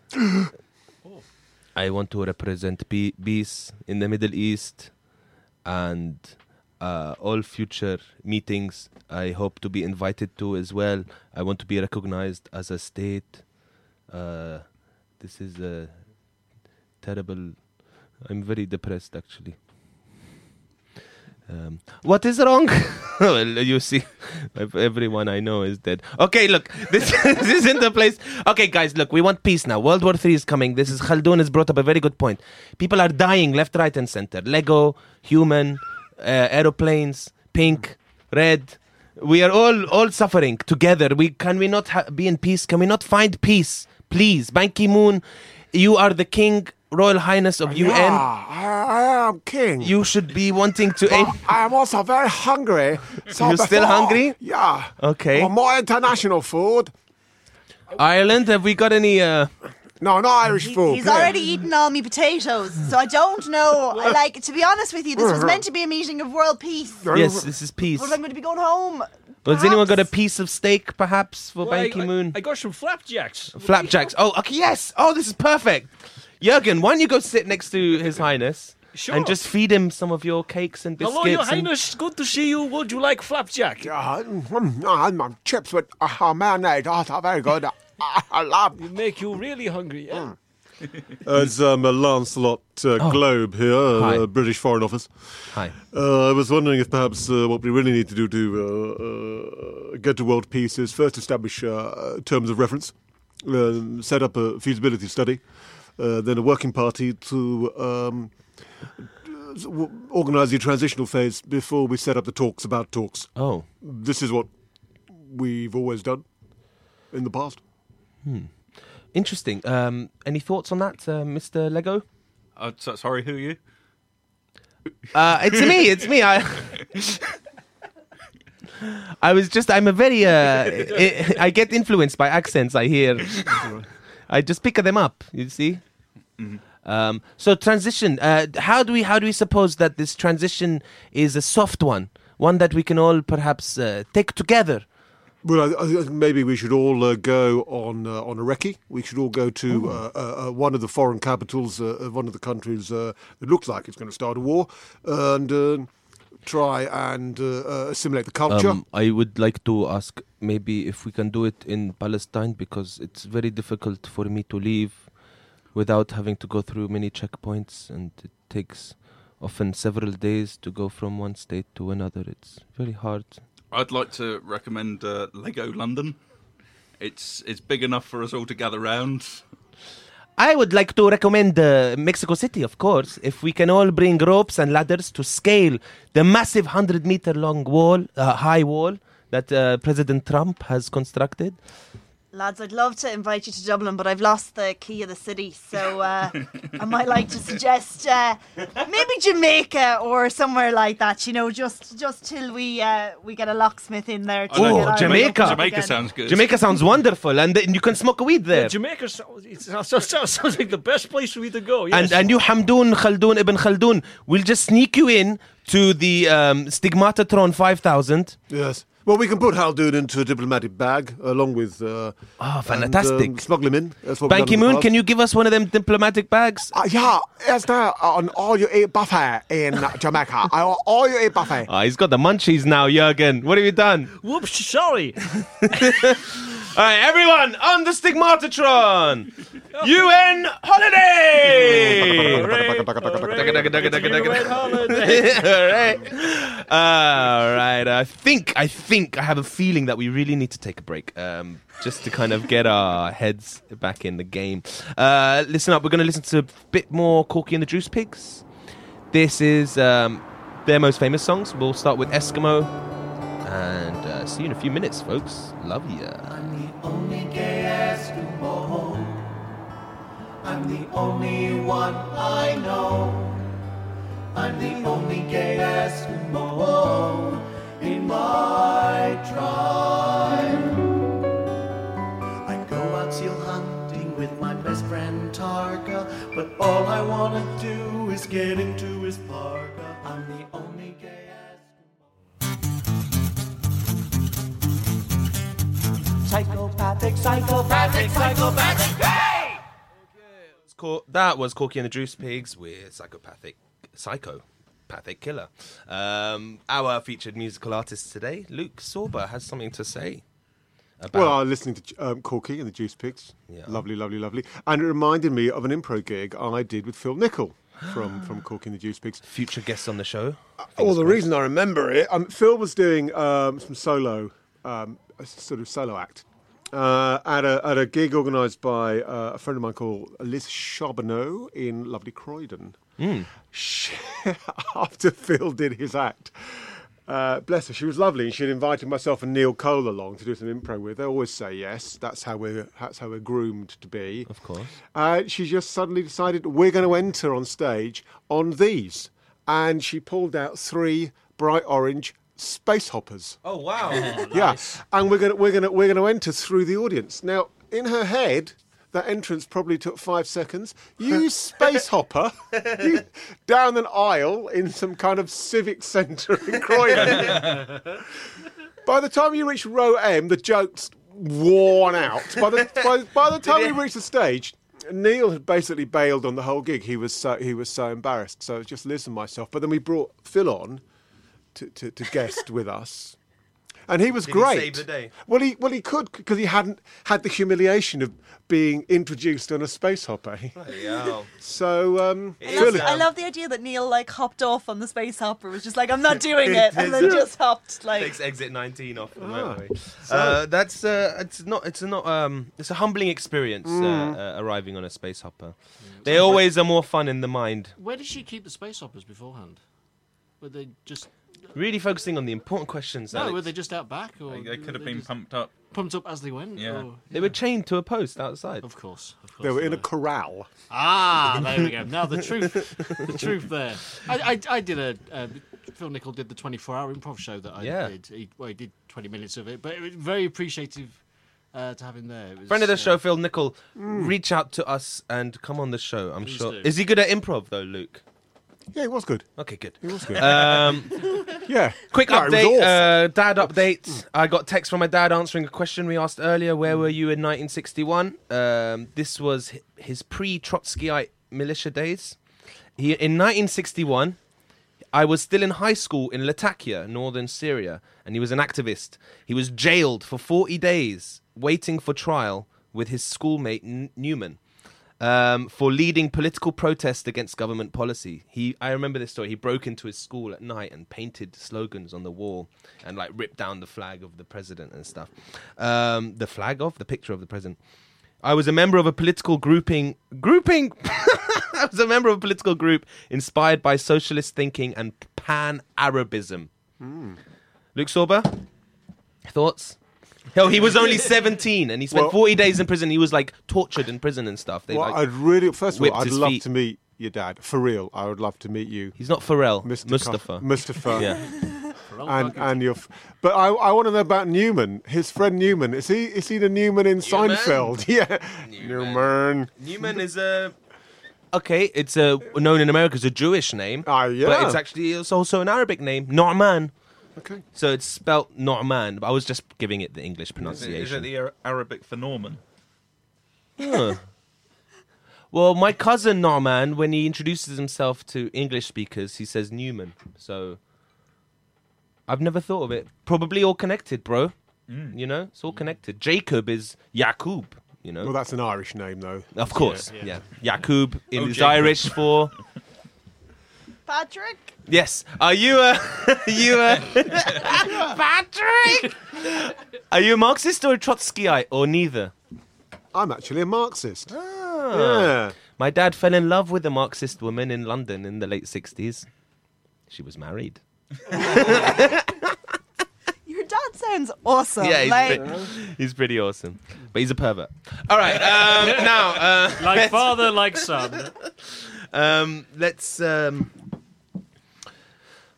B: I want to represent pe- peace in the Middle East, and uh, all future meetings I hope to be invited to as well. I want to be recognized as a state. Uh, this is a terrible. I'm very depressed, actually. Um, what is wrong? well, you see, ev- everyone I know is dead. Okay, look, this, this isn't the place. Okay, guys, look, we want peace now. World War Three is coming. This is Khaldun has brought up a very good point. People are dying left, right, and center. Lego, human, uh, aeroplanes, pink, red. We are all all suffering together. We can we not ha- be in peace? Can we not find peace, please? Ban Ki Moon, you are the king, royal highness of UN.
E: Yeah, I, I am king.
B: You should be wanting to aim.
E: But I am also very hungry. So
B: You're still
E: before-
B: hungry?
E: Yeah.
B: Okay.
E: Well, more international food.
B: Ireland, have we got any? Uh,
E: No, not Irish food.
H: He's
E: please.
H: already eaten all me potatoes, so I don't know. I like, to be honest with you, this was meant to be a meeting of world peace. But
B: yes, this is peace.
H: I'm going to be going home.
B: Well, has anyone got a
H: perhaps.
B: piece of steak, perhaps, for
D: Well, I-
B: Ban Ki
D: I-
B: Moon?
D: I, got some flapjacks.
B: Flapjacks. Oh, okay, yes. Oh, this is perfect. Jurgen, why don't you go sit next to His Highness
D: Sure.
B: and just feed him some of your cakes and biscuits?
D: Hello, Your
B: and-
D: Highness. Good to see you. Would you like flapjack?
E: Uh, mm, mm, mm, mm, chips with uh, mayonnaise. Oh, so very good. I, I love
D: We make you really hungry. Yeah?
F: Uh, it's um, uh, Lancelot uh,
H: Oh.
F: Globe here,
B: Hi.
F: uh, British Foreign Office.
B: Hi.
F: Uh, I was wondering if perhaps uh, what we really need to do to uh, uh, get to world peace is first establish uh, terms of reference, um set up a feasibility study, uh, then a working party to um, organise the transitional phase before we set up the talks about talks.
B: Oh,
F: This is what we've always done in the past.
B: interesting. Um, any thoughts on that, uh, Mr. Lego?
C: Uh, so, sorry, who are you?
B: Uh, it's me. It's me. I. I was just. I'm a very. Uh, I, I get influenced by accents I hear. I just pick them up. You see. Um, so transition. Uh, how do we? How do we suppose that this transition is a soft one, one that we can all perhaps uh, take together?
F: Well, I, I think maybe we should all uh, go on uh, on a recce. We should all go
B: Oh.
F: to uh, uh, uh, one of the foreign capitals uh, of one of the countries uh, that looks like it's going to start a war, and uh, try and uh, uh, assimilate the culture.
B: Um, I would like to ask maybe if we can do it in Palestine because it's very difficult for me to leave without having to go through many checkpoints and it takes often several days to go from one state to another. It's very hard.
C: I'd like to recommend uh, Lego London. It's it's big enough for us all to gather round.
B: I would like to recommend uh, Mexico City, of course, if we can all bring ropes and ladders to scale the massive 100 meter long wall, uh, high wall that uh, President Trump has constructed.
H: Lads, I'd love to invite you to Dublin, but I've lost the key of the city, so uh, I might like to suggest uh, maybe Jamaica or somewhere like that. You know, just just till we uh, we get a locksmith in there. To
B: like
H: get our-
B: Oh, Jamaica.
C: Jamaica sounds good.
B: Jamaica sounds wonderful, and, and you can smoke weed there.
D: Jamaica sounds, it sounds, sounds, sounds like the best place for me to go. Yes.
B: And and you Hamdoun Khaldun Ibn Khaldun, we'll just sneak you in to the um, Stigmatatron 5000.
F: Yes. Well, we can put Haldoon into a diplomatic bag along with. Uh,
B: Oh,
F: and,
B: fantastic.
F: um, smuggle him in. That's what we've
B: Ban
F: done
B: Ki
F: in the
B: Moon,
F: past.
B: can you give us one of them diplomatic bags?
E: Uh, yeah, yes, there on all you eat buffet in Jamaica. Uh, all you eat buffet.
B: Ah, he's got the munchies now, Jurgen. What have you done?
D: Whoops, sorry.
B: All right, everyone, on the Stigmatatron! UN holiday! All right. All right. I think I think I have a feeling that we really need to take a break, um, just to kind of get our heads back in the game. Uh, listen up. We're going to listen to a bit more Corky and the Juice Pigs. This is um, their most famous songs. We'll start with Eskimo. And uh, see you in a few minutes, folks. Love ya.
A: I'm the only gay Eskimo. I'm the only one I know. I'm the only gay Eskimo in my tribe. I go out seal hunting with my best friend Targa, but all I wanna do is get into his parka. I'm the only gay Eskimo. Psychopathic, psychopathic, psychopathic. Hey!
B: That's Cor- that was Corky and the Juice Pigs with Psychopathic Psychopathic Killer. Um, our featured musical artist today, Luke Sorba, has something to say about.
F: Well, I was listening to J- um, Corky and the Juice Pigs.
B: Yeah.
F: Lovely, lovely, lovely. And it reminded me of an impro gig I did with Phil Nichol from, from Corky and the Juice Pigs. Uh,
B: Future guests on the show.
F: Well, the reason I remember it, um, Phil was doing um, some solo, um, a s- sort of solo act uh, at, a, at a gig organised by uh, a friend of mine called Liz Charbonneau in lovely Croydon. She, after Phil did his act, uh, bless her, she was lovely, and she'd invited myself and Neil Cole along to do some impro with. They always say yes. That's how we're that's how we're groomed to be. Of
B: course.
F: Uh, she just suddenly decided we're going to enter on stage on these, and she pulled out three bright orange space hoppers.
B: Oh, wow.
F: Yeah, and we're gonna we're gonna we're gonna enter through the audience. Now, in her head, that entrance probably took five seconds. You space hopper, you down an aisle in some kind of civic centre in Croydon. By the time you reach row M, the joke's worn out. By the by, by the time we reached the stage. Neil had basically bailed on the whole gig. He was so he was so embarrassed. So it was just Liz and myself. But then we brought Phil on to, to, to guest with us, and he was
B: he
F: great.
B: save the day?
F: Well, he well he could because he hadn't had the humiliation of being introduced on a space hopper.
B: yeah.
F: So um,
B: It
F: Phil-
B: is,
H: I love the idea that Neil like hopped off on the space hopper. Was just like, I'm not doing it, and then just hopped like.
B: Takes exit 19 off
F: Ah.
B: the motorway. Uh, that's uh, it's not it's not um it's a humbling experience
F: Mm.
B: uh, uh, arriving on a space hopper.
H: Mm.
B: They always are more fun in the mind.
D: Where did she keep the space hoppers beforehand? Were they just
B: Really focusing on the important questions.
D: no?
B: Alex.
D: Were they just out back, or
C: They, they
D: were
C: could have
D: they
C: been
D: just
C: pumped up.
D: pumped up as they went?
C: Yeah.
D: or-
B: They were chained to a post outside.
D: of course, of course.
F: they were in a
B: uh,
D: were.
F: corral.
D: Ah, there we go. Now the truth, the truth there. I, I, I did a uh, Phil Nichol did the twenty four hour improv show that I
B: Yeah.
D: did. He, well, he did twenty minutes of it, but it was very appreciative uh, to have him there. It was,
B: Friend of the
D: uh,
B: show, Phil Nichol, reach out to us and come on the show. I'm
D: Please
B: sure.
D: do.
B: Is he good at improv though, Luke?
F: Yeah, it was good.
B: Okay, good.
F: It was good.
B: Um,
F: yeah.
B: quick
F: Mm. No, it
B: update,
F: was awful.
B: uh, dad update. I got text from my dad answering a question we asked earlier. Where were you in 1961? Um, this was hi- his pre-Trotskyite militia days. He in 1961. I was still in high school in Latakia, northern Syria, and he was an activist. He was jailed for 40 days, waiting for trial with his schoolmate N- Newman um, for leading political protest against government policy. He, I remember this story. He broke into his school at night and painted slogans on the wall and like ripped down the flag of the president and stuff. Um, the flag of the picture of the president. I was a member of a political grouping. Grouping. I was a member of a political group inspired by socialist thinking and pan Arabism.
F: Hmm.
B: Luke Sorba, thoughts? Oh, he was only 17 and he spent
F: Well-
B: 40 days in prison. He was like tortured in prison and stuff. They,
F: Well,
B: like-
F: I'd really first of all,
B: whipped
F: I'd
B: his
F: love
B: feet.
F: to meet your dad for real. I would love to meet you,
B: He's not Pharrell.
F: Mr. Cuff-
B: Mustafa.
F: Mustafa.
B: yeah.
F: and and your. F- but I, I want to know about Newman, his friend Newman. Is he is he the Newman in Seinfeld? Yeah,
B: Newman.
F: Newman.
B: Newman is a. Okay, it's a known in America as a Jewish name.
F: Ah,
B: But
F: yeah.
B: it's actually it's also an Arabic name, Norman.
F: Okay.
B: So it's spelt Norman. But I was just giving it the
C: Is it- is
B: English
C: it
B: pronunciation.
C: the Ar- Arabic for Norman?
B: Well, my cousin Norman, when he introduces himself to English speakers, he says Newman. So I've never thought of it. Probably all connected, bro. You know, it's all connected. Jacob is Yakub. You know,
F: Well, that's an Irish name though.
B: of course, yeah.
D: yeah.
B: Yakub in
C: Oh,
B: is
C: Jacob.
B: Irish for
I: Patrick?
B: yes. Are you a are you a Patrick? Are you a Marxist or a Trotskyite or neither?
F: I'm actually a Marxist.
B: Ah.
F: Yeah.
B: My dad fell in love with a Marxist woman in London in the late 60s. She was married.
E: Your dad sounds awesome.
B: Yeah, he's,
E: like,
B: pre- he's pretty awesome, but he's a pervert. All right, um, now uh,
D: Like father, like son.
B: um, let's. Um,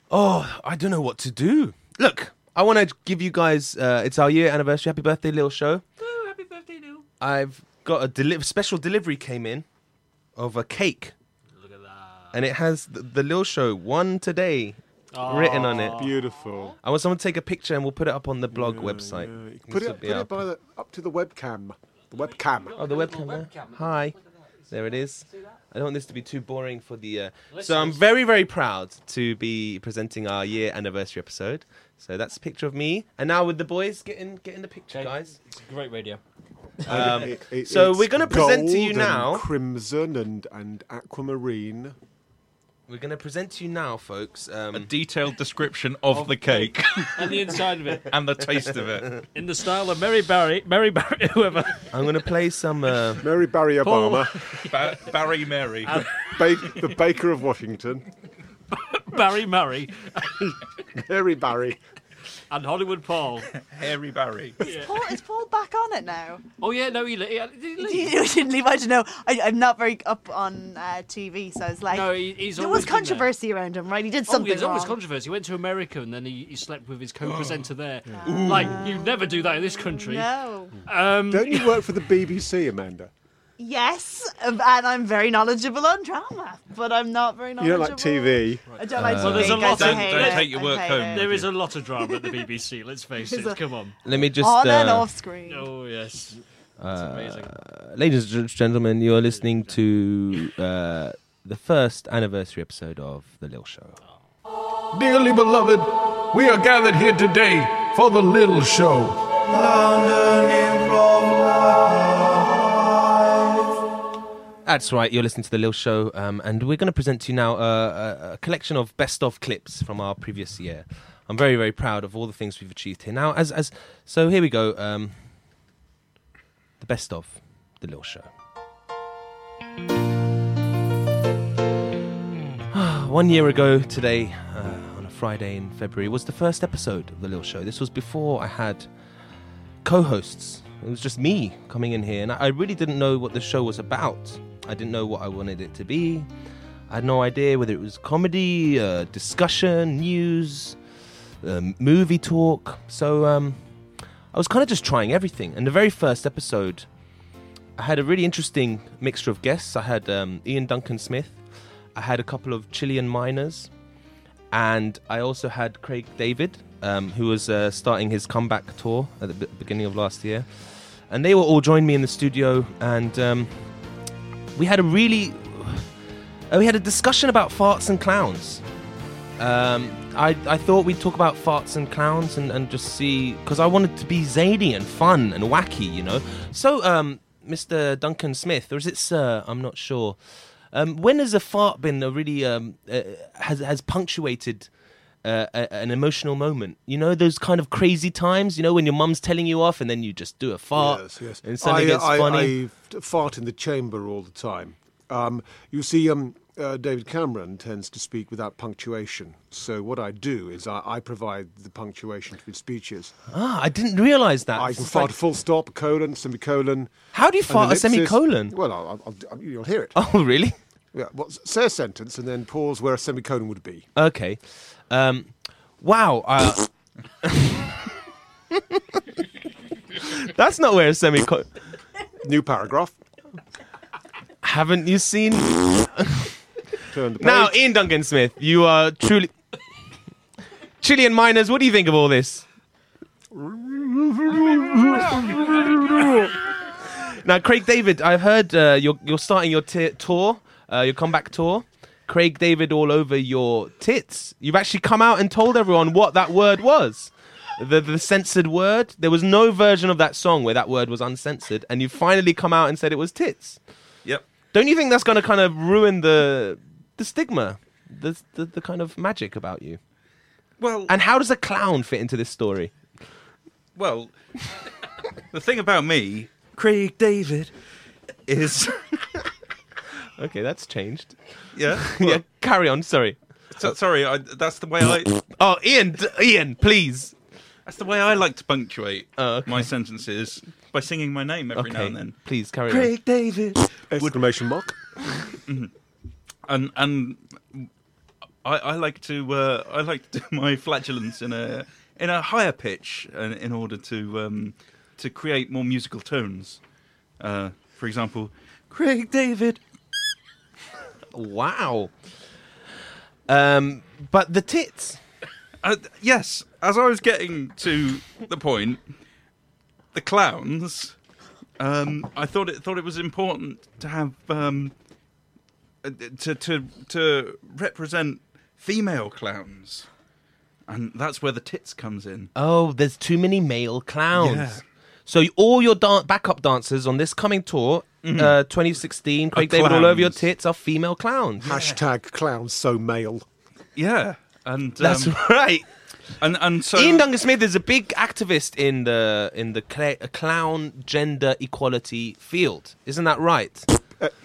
B: oh, I don't know what to do. Look, I want to give you guys. Uh, it's our year anniversary. Happy birthday, little show.
J: Oh, Happy birthday, Lou.
B: I've got a deli- special delivery came in of a cake. And it has the, the Lil Show one today written on it.
F: Beautiful.
B: I want someone to take a picture and we'll put it up on the blog website.
F: You can put
B: This
F: it,
B: will
F: put
B: be
F: it
B: up.
F: by the, up to the webcam. The webcam.
B: Oh, the webcam. there. Hi. There it is. I don't want this to be too boring for the. Uh... So I'm very, very proud to be presenting our year anniversary episode. So that's a picture of me. And now with the boys, get in, get in the picture, guys.
G: It's great radio.
B: Um,
F: It- it-
B: so
F: it's
B: we're going to present to
F: gold
B: you
F: and
B: now.
F: crimson and, and aquamarine.
B: We're going to present to you now, folks.
C: A
B: Um,
C: detailed description of, the cake
G: And the inside of it,
C: and the taste of it.
G: in the style of Mary Barry, Mary Barry, whoever.
B: I'm going to play some. Uh...
F: Mary Barry Obama,
C: Ba- Barry Mary.
F: ba- the baker of Washington.
G: Barry Murray
F: Mary Barry.
G: and Hollywood Paul.
C: Hairy Barry.
E: Paul is Paul back on it now.
G: Oh yeah, no, he, li- he, did he leave?
E: you didn't leave. I don't know. I, I'm not very up on uh, TV, so I was like,
G: No, he, he's
E: there
G: always
E: was
G: been
E: controversy around him, right? He did
G: Oh,
E: something
G: there's always
E: wrong.
G: controversy. He went to America and then he, he slept with his co-presenter there. Like you never do that in this country.
E: no.
G: Um,
F: Don't you work for the BBC, Amanda?
E: Yes, um, and I'm very knowledgeable on drama, but I'm not very
F: You
E: knowledgeable.
F: don't like TV.
E: I don't
B: Uh,
E: like TV.
G: there's a
E: guys.
G: lot
E: I
G: of-
E: hate
C: don't
E: it.
C: take your
E: I
C: work
E: hate
C: home.
E: it.
G: there is a lot of drama at the BBC. Let's face it. Come on.
B: Let me just.
E: On and
B: uh,
E: off screen.
G: Oh yes, amazing.
B: Uh, ladies and gentlemen, you're listening to uh, the first anniversary episode of The Lil Show.
K: Dearly beloved, we are gathered here today for the little show.
B: That's right, you're listening to The Lil Show, um, and we're going to present to you now uh, a, a collection of best of clips from our previous year. I'm very, very proud of all the things we've achieved here. Now, as, as so here we go um, the best of The Lil Show. One year ago today, uh, on a Friday in February, was the first episode of The Lil Show. This was before I had co hosts. It was just me coming in here, and I I really didn't know what the show was about. I didn't know what I wanted it to be. I had no idea whether it was comedy, uh, discussion, news, um, movie talk. So um, I was kind of just trying everything. And the very first episode, I had a really interesting mixture of guests. I had um, Ian Duncan Smith, I had a couple of Chilean miners, and I also had Craig David, um, who was uh, starting his comeback tour at the b- beginning of last year. And they were all joined me in the studio, and um, we had a really uh, we had a discussion about farts and clowns. Um, I, I thought we'd talk about farts and clowns and, and just see because I wanted to be zany and fun and wacky, you know. So, um, Mr. Duncan Smith, or is it Sir? I'm not sure. Um, when has a fart been a really um, uh, has has punctuated uh, a, an emotional moment? You know those kind of crazy times. You know when your mum's telling you off and then you just do a fart
F: Yes, yes.
B: Oh, and suddenly
F: I,
B: gets
F: I,
B: funny.
F: I f- fart in the chamber all the time. Um, you see, um, uh, David Cameron tends to speak without punctuation. So what I do is I, I provide the punctuation for his speeches.
B: ah, I didn't realize that.
F: I
B: It's
F: can
B: like-
F: fart a full stop, a colon, semicolon.
B: How do you
F: an
B: fart a
F: ellipsis.
B: semicolon?
F: Well, I'll, I'll, I'll, you'll hear it.
B: Oh, really?
F: Yeah, well, s- say a sentence and then pause where a semicolon would be.
B: Okay. Um, wow. Uh, that's not where a semicolon.
F: New paragraph.
B: Haven't you seen?
F: Turn the page.
B: now, Ian Duncan Smith, you are truly. Chilean miners, what do you think of all this? now, Craig David, I've heard uh, you're, you're starting your t- tour, uh, your comeback tour. Craig David all over your tits. You've actually come out and told everyone what that word was. The, the censored word. There was no version of that song where that word was uncensored, and you finally come out and said it was tits.
C: Yep.
B: Don't you think that's going to kind of ruin the the stigma, the, the the kind of magic about you?
C: Well,
B: And how does a clown fit into this story?
C: well. the thing about me, Craig David, is
B: Okay, that's changed.
C: yeah.
B: yeah, carry on. Sorry.
C: So- sorry, I, that's the way I.
B: Oh, Ian, d- Ian, please.
C: That's the way I like to punctuate my sentences by singing my name every now
B: Okay,
C: and then.
B: please carry on.
C: Craig David.
F: Exclamation mark.
C: and and I, I like to uh, I like to do my flatulence in a in a higher pitch in, in order to um, to create more musical tones. Uh, for example, Craig David.
B: Wow. Um, but the tits.
C: Uh, yes, as I was getting to the point, the clowns. Um, I thought it thought it was important to have um, uh, to to to represent female clowns, and that's where the tits comes in.
B: Oh, there's too many male clowns.
C: Yeah.
B: So all your dan- backup dancers on this coming tour, uh, 2016, Craig David all over your
C: Mm-hmm. clowns.
B: tits are female clowns.
F: Hashtag clowns so male.
C: Yeah, and
B: That's
C: um,
B: right.
C: and and so
B: Ian Duncan Smith is a big activist in the in the cla uh, clown gender equality field. Isn't that right?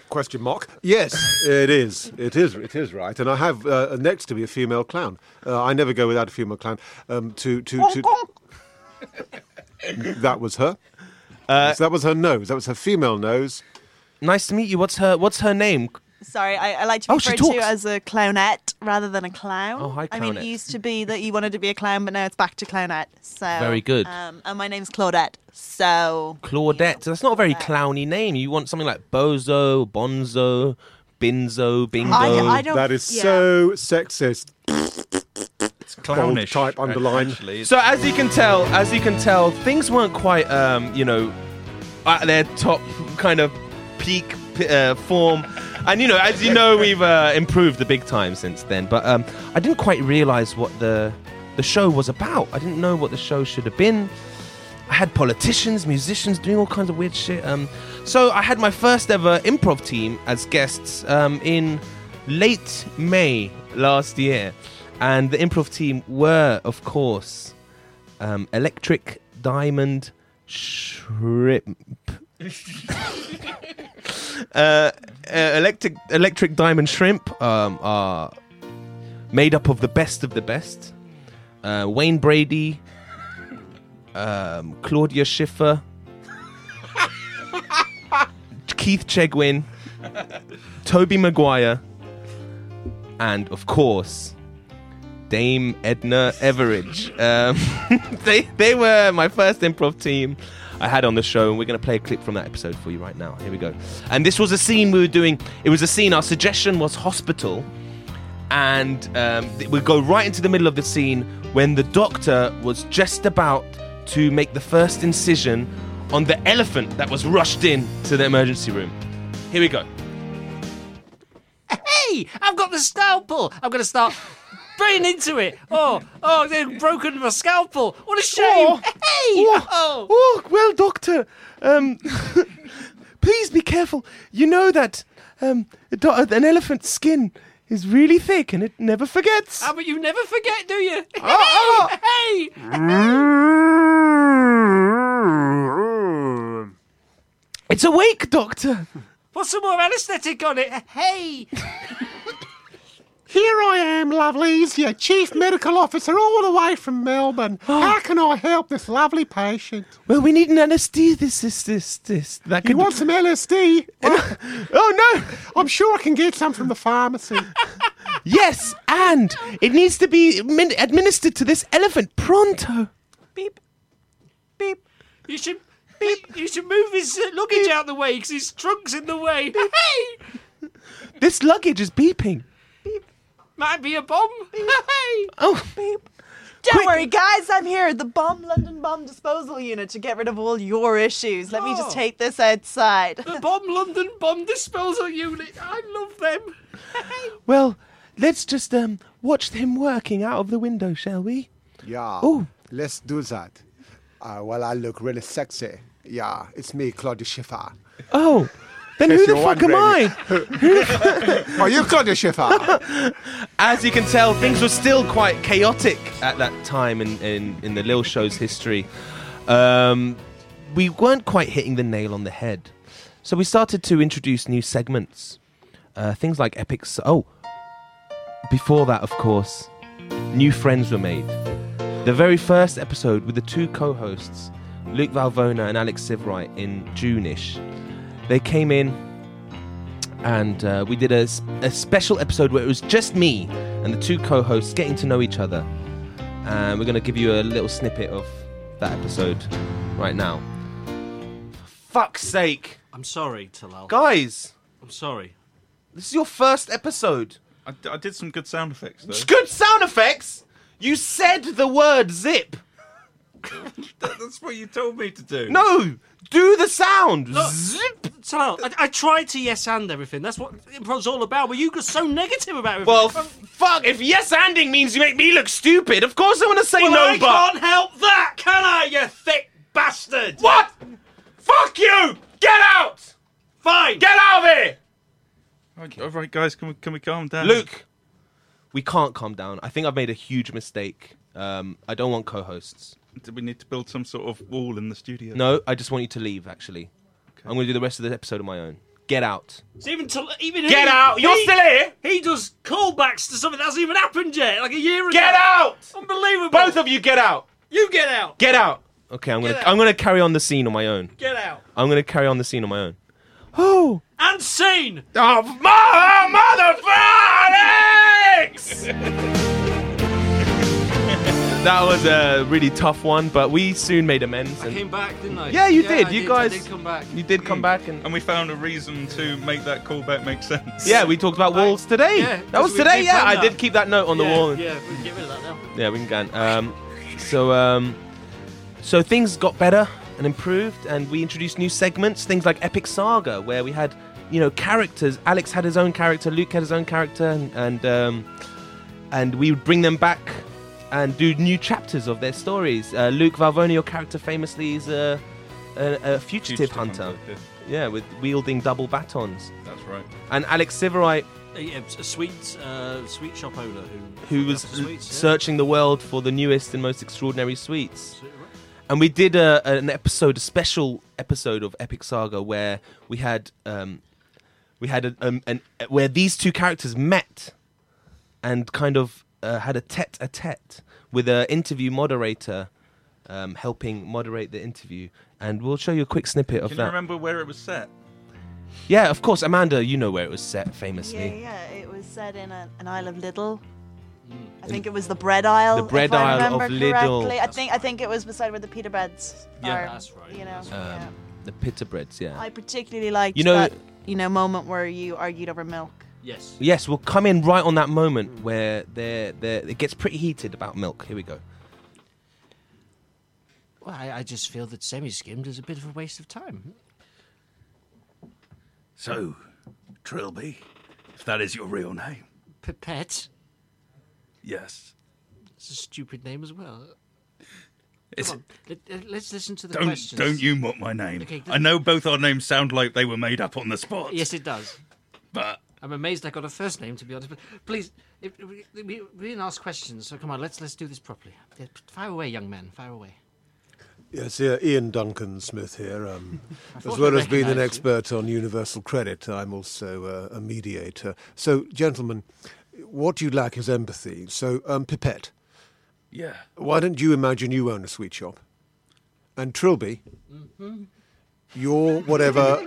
F: Question mark. Yes, it is. It is. It is right. And I have uh, next to me a female clown. Uh, I never go without a female clown. Um, to to to. that was her. So that was her nose. That was her female nose.
B: Nice to meet you. What's her What's her name?
E: Sorry, I, I like to be
B: Oh, she
E: referred to
B: talks.
E: as a clownette rather than a clown.
B: Oh, hi,
E: I mean, it
B: clownette.
E: used to be that you wanted to be a clown, but now it's back to clownette. So
B: Very good.
E: Um, and my name's Claudette. So
B: Claudette. So that's not a very
E: Claudette.
B: clowny name. You want something like Bozo, Bonzo, Binzo, Bingo.
E: I, I don't.
F: Oh, That is
E: yeah.
F: so sexist.
C: it's clownish
F: bold type
C: ac-
F: underline.
C: Actually,
B: So as you can tell, as you can tell, things weren't quite, um, you know, at their top kind of peak p- uh, form. And you know, as you know, we've uh, improved the big time since then. But um, I didn't quite realise what the the show was about. I didn't know what the show should have been. I had politicians, musicians doing all kinds of weird shit. Um, so I had my first ever improv team as guests um, in late May last year, and the improv team were, of course, um, Electric Diamond Shrimp. uh, uh, electric Electric Diamond Shrimp um, are made up of the best of the best. Uh, Wayne Brady, um, Claudia Schiffer, Keith Chegwin, Toby Maguire, and of course, Dame Edna Everidge. Um, they, they were my first improv team I had on the show, and we're going to play a clip from that episode for you right now. Here we go. And this was a scene we were doing, it was a scene, our suggestion was hospital and um, th- we go right into the middle of the scene when the doctor was just about to make the first incision on the elephant that was rushed in to the emergency room. Here we go.
D: Hey, I've got the scalpel. I'm going to start brain into it. Oh, oh, they've broken my scalpel. What a shame.
B: Oh.
D: Hey,
B: Oh, oh, well, doctor, um, please be careful. You know that um, a do- an elephant's skin is really thick and it never forgets.
D: Ah, but you never forget, do you?
B: oh.
D: hey,
B: It's awake, doctor.
D: put some more anaesthetic on it. Hey,
F: Here I am, lovelies, your chief medical officer, all the way from Melbourne. How can I help this lovely patient?
B: Well, we need an anesthetist that
F: You
B: could.
F: want some LSD? Well,
B: oh no!
F: I'm sure I can get some from the pharmacy.
B: Yes, and it needs to be min- administered to this elephant pronto.
D: beep, beep. You should beep. You should move his uh, luggage out the way because his trunk's in the way. Hey,
B: This luggage is beeping.
D: might be a bomb. Hey.
B: Oh,
H: Don't worry, guys, I'm here at the Bomb London Bomb Disposal Unit to get rid of all your issues. Let me just
D: Oh.
H: take this outside.
D: The Bomb London Bomb Disposal Unit. I love them.
B: well, let's just um watch him working out of the window, shall we?
F: Yeah.
B: Ooh.
F: Let's do that. Uh, well, I look really sexy. Yeah, it's me, Claudia Schiffer.
B: Oh, then
F: Yes,
B: who the
F: you're
B: fuck am
F: wondering.
B: I?
F: Are you Oh, Claudia Schiffer?
B: As you can tell, things were still quite chaotic at that time in, in, in the Lil Show's history. Um, we weren't quite hitting the nail on the head. So we started to introduce new segments. Uh, things like epic. s- Oh, Before that, of course, new friends were made. The very first episode with the two co hosts, Luke Valvona and Alex Sivright, in June ish. They came in and uh, we did a, s- a special episode where it was just me and the two co hosts getting to know each other. And we're going to give you a little snippet of that episode right now. For fuck's sake!
D: I'm sorry, Talal.
B: Guys,
D: I'm sorry.
B: this is your first episode.
C: I, I did some good sound effects though.
B: Good sound effects! You said the word zip!
C: That's what you told me to do.
B: No! Do the sound! Zip!
D: Talal, I, I tried to yes and everything. That's what improv's all about. But you got so negative about everything.
B: Well, f- fuck, if yes anding means you make me look stupid, of course I want to say
D: Well,
B: no,
D: I
B: but.
D: can't help that, can I? You thick bastard.
B: What? Fuck you! Get out!
D: Fine.
B: Get out of here!
C: All right, guys, can we can we calm down?
B: Luke, we can't calm down. I think I've made a huge mistake. Um, I don't want co hosts.
C: do we need to build some sort of wall in the studio?
B: No, I just want you to leave, actually. I'm going to do the rest of the episode on my own. Get out.
D: So even Tal- even
B: Get
D: he-
B: out! You're
D: he-
B: still here!
D: He does callbacks to something that hasn't even happened yet, like a year ago.
B: Get out!
D: Unbelievable.
B: Both of you, get out!
D: you get out.
B: Get out! Okay, I'm gonna
D: Get out.
B: I'm gonna carry on the scene on my own.
D: Get out.
B: I'm gonna carry on the scene on my own. Oh!
D: And scene.
B: Oh, mother, Alex! that was a really tough one, but we soon made amends.
D: I
B: And
D: came Mm. back, didn't I?
B: Yeah, you did.
D: I
B: You
D: I
B: guys-
D: did come back.
B: you did come back, and
C: And we found a reason to make that callback make sense.
B: yeah, we talked about walls today.
D: yeah,
B: that was
D: we
B: today.
D: did
B: Yeah,
D: plan
B: I
D: that.
B: did keep that note on the
D: yeah,
B: wall. and-
D: Yeah, we can get rid of that now.
B: Yeah, we can go. Um, so, um, so things got better and improved, and we introduced new segments, things like Epic Saga, where we had, you know, characters. Alex had his own character, Luke had his own character, and and, um, and we would bring them back and do new chapters of their stories. Uh, Luke Valvona, your character, famously is a, a, a fugitive,
C: Fugitive
B: hunter.
C: yeah,
B: Yeah, with wielding double batons,
C: that's right.
B: and Alex Siverite,
D: Uh, yeah, a sweet, uh, sweet shop owner who
B: who was
D: after sweets, yeah.
B: searching the world for the newest and most extraordinary sweets. and we did a, an episode, a special episode of Epic Saga, where we had um, we had a, um, an where these two characters met and kind of uh, had a tete a tete with an interview moderator um, helping moderate the interview. And we'll show you a quick snippet of
C: Can you
B: that.
C: remember where it was set?
B: Yeah, of course, Amanda, you know where it was set famously.
E: Yeah, yeah. It was set in a, an Isle of Little. I think it was the bread aisle.
B: Mm. The bread
E: if I
B: aisle of
E: remember
B: Lidl.
E: correctly. I think I think it was beside where the pita breads
D: Yeah,
E: are.
D: that's right,
E: You know.
D: that's
E: yeah.
B: Um, The pita breads, yeah.
E: I particularly liked
B: You know-
E: that you know moment where you argued over milk.
D: Yes.
B: Yes, we'll come in right on that moment where there there it gets pretty heated about milk. Here we go.
D: Well, I, I just feel that semi-skimmed is a bit of a waste of time.
L: So, Trilby, if that is your real name.
D: Pipette.
L: Yes.
D: It's a stupid name as well.
L: It's,
D: Let, us listen to the
L: don't
D: questions.
L: don't you mock my name.
D: Okay,
L: I know both our names sound like they were made up on the spot.
D: Yes, it does.
L: but
D: I'm amazed I got a first name, to be honest. But please, if, we, we, we didn't ask questions, so come on, let's let's do this properly. Yeah, Fire away, young man, fire away.
F: Yes, I- Ian Duncan Smith here. Um, as
D: thought
F: well
D: I
F: as being
D: recognised
F: an
D: you.
F: expert on universal credit, I'm also uh, a mediator. So, gentlemen, what you lack is empathy. So, um, Pipette,
L: yeah,
F: why don't you imagine you own a sweet shop? And Trilby, you're whatever,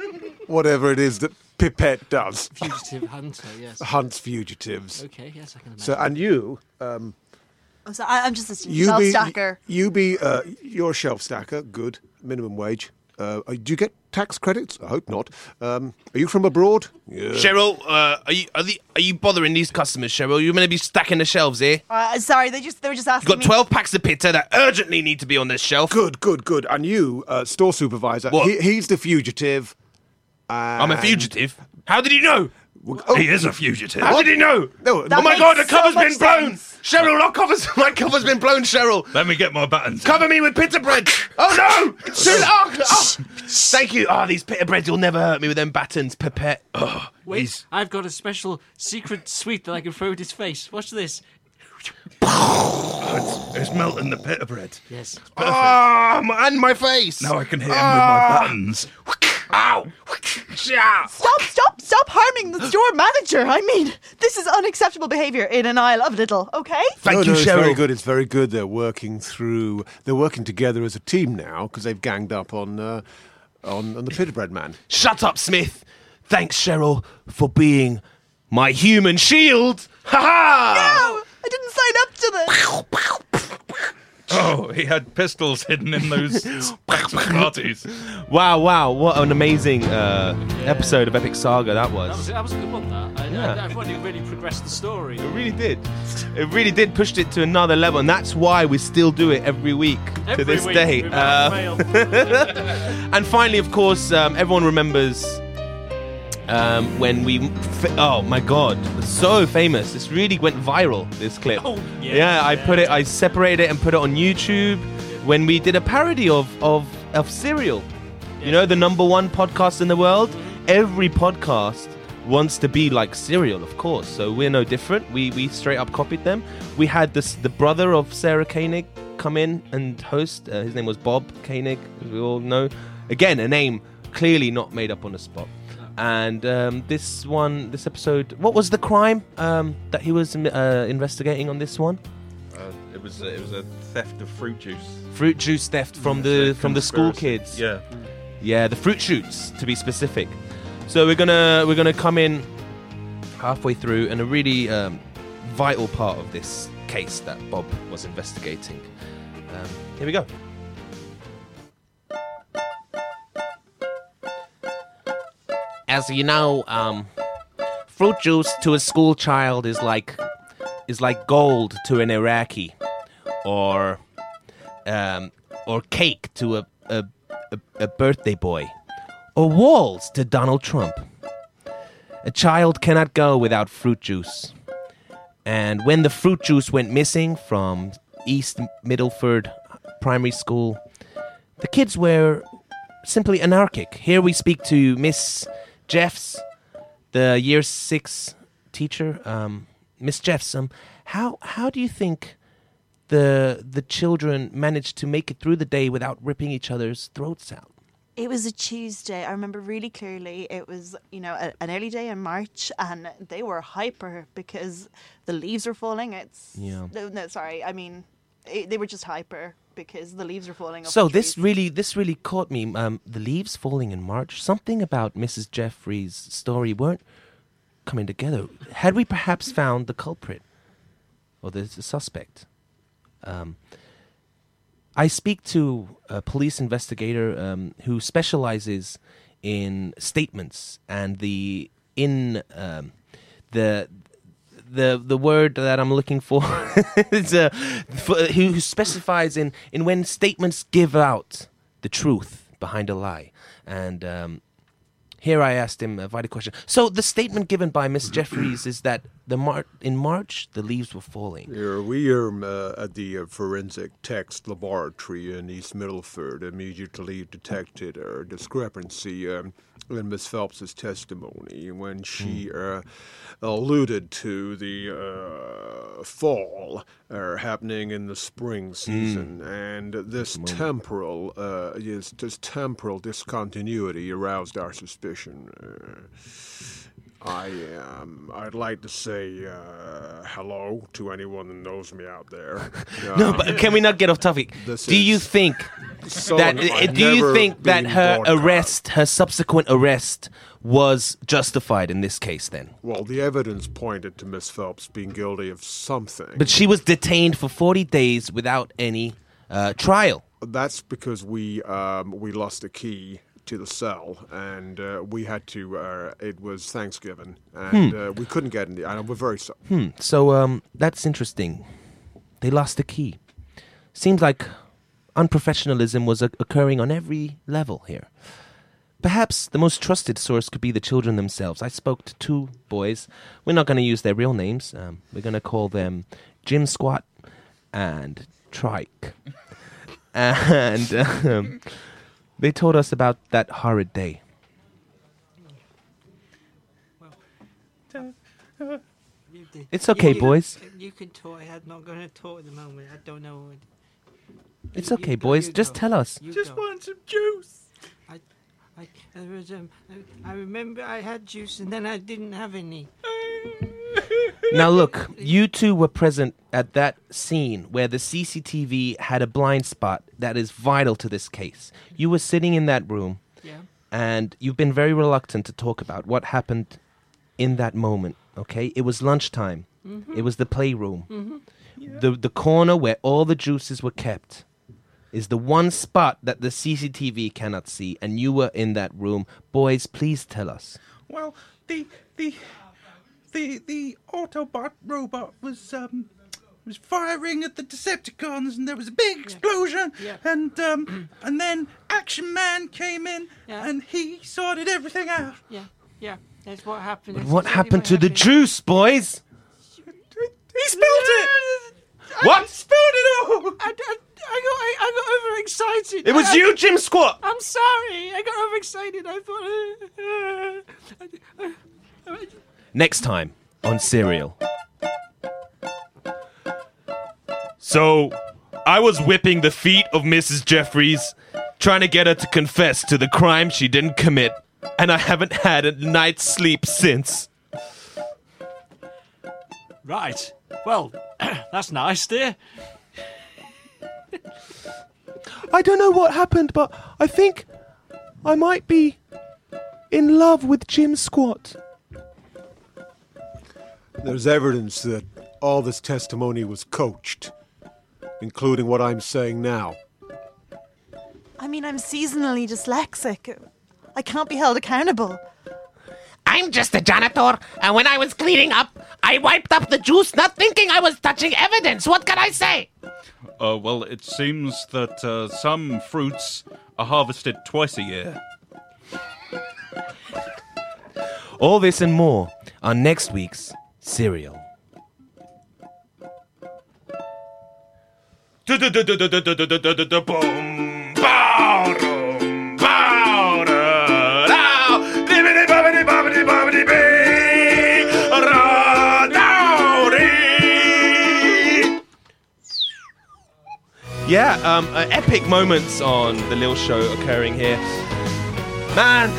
F: whatever it is that Pipette does,
D: Fugitive hunter, yes.
F: hunts fugitives.
D: Okay, yes, I can imagine.
F: So, and you, um,
E: I'm sorry, I, I'm just listening.
F: you
E: Shelf
F: be,
E: stacker.
F: You be, uh, you're a shelf stacker. Good. Minimum wage. Uh, uh, do you get tax credits? I hope not. Um, are you from abroad? Yeah.
B: Cheryl, uh, are you are, the, are you bothering these customers, Cheryl? You're going to be stacking the shelves here.
E: Uh, sorry, they just they were just asking
B: You've got
E: me.
B: 12 packs of pizza that urgently need to be on this shelf.
F: Good, good, good. And you, uh, store supervisor.
B: What?
F: He, he's the fugitive.
B: I'm a fugitive. How did he know?
F: Oh,
L: he is a fugitive.
B: How did he know? oh
F: No, That
B: my
E: makes
B: god, the
E: so
B: cover's
E: much
B: been blown! Cheryl, our cover's, my cover's been blown, Cheryl!
L: Let me get my buttons.
B: Cover me with pizza bread! Oh no! Soon, oh, oh. Thank you. Oh, these pita breads will never hurt me with them Oh, batons, Pipette.
D: Wait,
L: He's-
D: I've got a special secret sweet that I can throw at his face. Watch this.
L: It's, it's melting the pita bread.
D: Yes.
B: Oh, my- and my face!
D: Ah!
L: Now I can hit him with my buttons.
B: Ow! Yeah.
E: Stop! Stop! Stop harming warning. That's your manager. I mean, this is unacceptable behavior in an aisle of Little, okay?
B: Thank
M: no, no,
B: you,
M: It's very
B: Cheryl.
M: good. It's very good. They're working through. They're working together as a team now because they've ganged up on uh, on, on the Pitterbread man.
B: Shut up, Smith. Thanks, Cheryl, for being my human shield. Ha ha!
E: No, I didn't sign up to this.
C: Oh, he had pistols hidden in those packs of parties.
B: Wow, wow, what an amazing uh, episode of Epic Saga that was.
D: That was, that was a good one, that. I, I, I thought it really progressed the story.
B: It really did. It really did pushed it to another level, and that's why we still do it every week to
D: Every
B: this
D: week
B: day.
D: we've
B: Uh,
D: had a fail.
B: and finally, of course, um, everyone remembers um, when we. F- oh my god, so famous! This really went viral. This clip.
D: Oh, yeah.
B: yeah, I put it. I separated it and put it on YouTube when we did a parody of of of Serial. You know, the number one podcast in the world. Every podcast wants to be like Serial, of course. So we're no different. We we straight up copied them. We had this the brother of Sarah Koenig come in and host. Uh, his name was Bob Koenig, as we all know. Again, a name clearly not made up on the spot. And um, this one, this episode, what was the crime um, that he was uh, investigating on this one?
C: Uh, it was it was a theft of fruit juice
B: Fruit juice theft from the from the school kids.
C: Yeah.
B: Yeah, the fruit shoots to be specific. So we're gonna we're gonna come in halfway through, and a really um, vital part of this case that Bob was investigating. Um, here we go. As you know, um, fruit juice to a school child is like is like gold to an Iraqi, or um, or cake to a, a, a, a birthday boy, or walls to Donald Trump. A child cannot go without fruit juice. And when the fruit juice went missing from East Middleford Primary School, the kids were simply anarchic. Here we speak to Miss Jeffs, the year six teacher. Um, Miss Jeffs, um, how, how do you think the the children managed to make it through the day without ripping each other's throats out.
E: It was a Tuesday. I remember really clearly. It was, you know, a, an early day in March, and they were hyper because the leaves were falling. It's
B: Yeah.
E: no, no sorry. I mean, it, they were just hyper because the leaves were falling. off
B: So
E: the
B: this
E: trees.
B: really this really caught me. Um, the leaves falling in March. Something about Mrs. Jeffrey's story weren't coming together. Had we perhaps found the culprit or the, the suspect? Um, I speak to a police investigator um, who specializes in statements and the in um, the the the word that I'm looking for is uh, for, who, who specifies in in when statements give out the truth behind a lie. And um, here I asked him a vital question. So the statement given by Miss Jeffries is that the Mar- in March the leaves were falling.
F: Yeah, we are uh, at the uh, forensic text laboratory in East Middleford immediately detected a discrepancy um, in Miss Phelps's testimony when she uh, alluded to the uh, fall uh, happening in the spring season, and this temporal, uh, yes, this temporal discontinuity aroused our suspicion. Uh, I um, I'd like to say uh, hello to anyone that knows me out there.
B: No,
F: Uh,
B: but can we not get off topic?
F: This
B: do you
F: is
B: think
F: so
B: that uh,
F: I've
B: do you
F: never
B: think that
F: been
B: her
F: broadcast.
B: arrest, her subsequent arrest, was justified in this case? Then,
F: Well, the evidence pointed to Miss Phelps being guilty of something.
B: but she was detained for forty days without any uh, trial.
F: That's because we um, we lost a key to the cell, and uh, we had to. Uh, it was Thanksgiving,
B: Hmm.
F: and uh, we couldn't get any. And we're very sorry.
B: So um, that's interesting. They lost the key. Seems like unprofessionalism was o- occurring on every level here. Perhaps the most trusted source could be the children themselves. I spoke to two boys. We're not going to use their real names. Um, we're going to call them Jim Squat and Trike. and um, they told us about that horrid day. It's okay, boys.
N: You can talk. I'm not going to talk at the moment. I don't know. what-
B: It's
N: You-
B: okay,
N: you go,
B: boys.
N: you
B: Just
N: go.
B: tell us.
N: You
C: Just
N: go.
C: want some juice.
N: I, I
O: Like there was, um, I, I remember I had juice and then I didn't have any.
B: Now, look, you two were present at that scene where the CCTV had a blind spot that is vital to this case. You were sitting in that room,
O: Yeah.
B: and you've been very reluctant to talk about what happened in that moment, okay? It was lunchtime,
A: Mhm.
B: it was the playroom.
A: Mhm.
B: The, the corner where all the juices were kept is the one spot that the CCTV cannot see, and you were in that room. Boys, please tell us.
A: Well, the the the the Autobot robot was um was firing at the Decepticons, and there was a big explosion,
O: Yeah.
A: and um and then Action Man came in,
O: Yeah.
A: and he sorted everything out.
O: Yeah, yeah. That's what happened.
B: But
O: That's
B: what
O: exactly
B: happened to the juice, boys?
A: He spilled it.
B: What?
A: Spilled it all.
O: I, I, I got I, I got overexcited.
B: It was
O: I-
B: you, Jim Squat.
D: Um,
O: I'm sorry. I got overexcited. I thought. uh, uh, uh,
B: Next time on Serial. So, I was whipping the feet of Mrs. Jeffries, trying to get her to confess to the crime she didn't commit, and I haven't had a night's sleep since.
G: Right. Well, that's nice, dear.
B: I don't know what happened, but I think I might be in love with Jim Squat.
F: There's evidence that all this testimony was coached, including what I'm saying now.
H: I mean, I'm seasonally dyslexic. I can't be held accountable.
P: I'm just a janitor, and when I was cleaning up, I wiped up the juice, not thinking I was touching evidence. What can I say?
C: Uh, well, it seems that uh, some fruits are harvested twice a year.
B: All this and more on next week's Serial.
A: Boom, bow-dum, bow-da-dow. Dibbity-bobbity-bobbity-bobbity-bee. Ra-dowdy.
B: Yeah, um, uh, epic moments on the Lil Show occurring here. Man,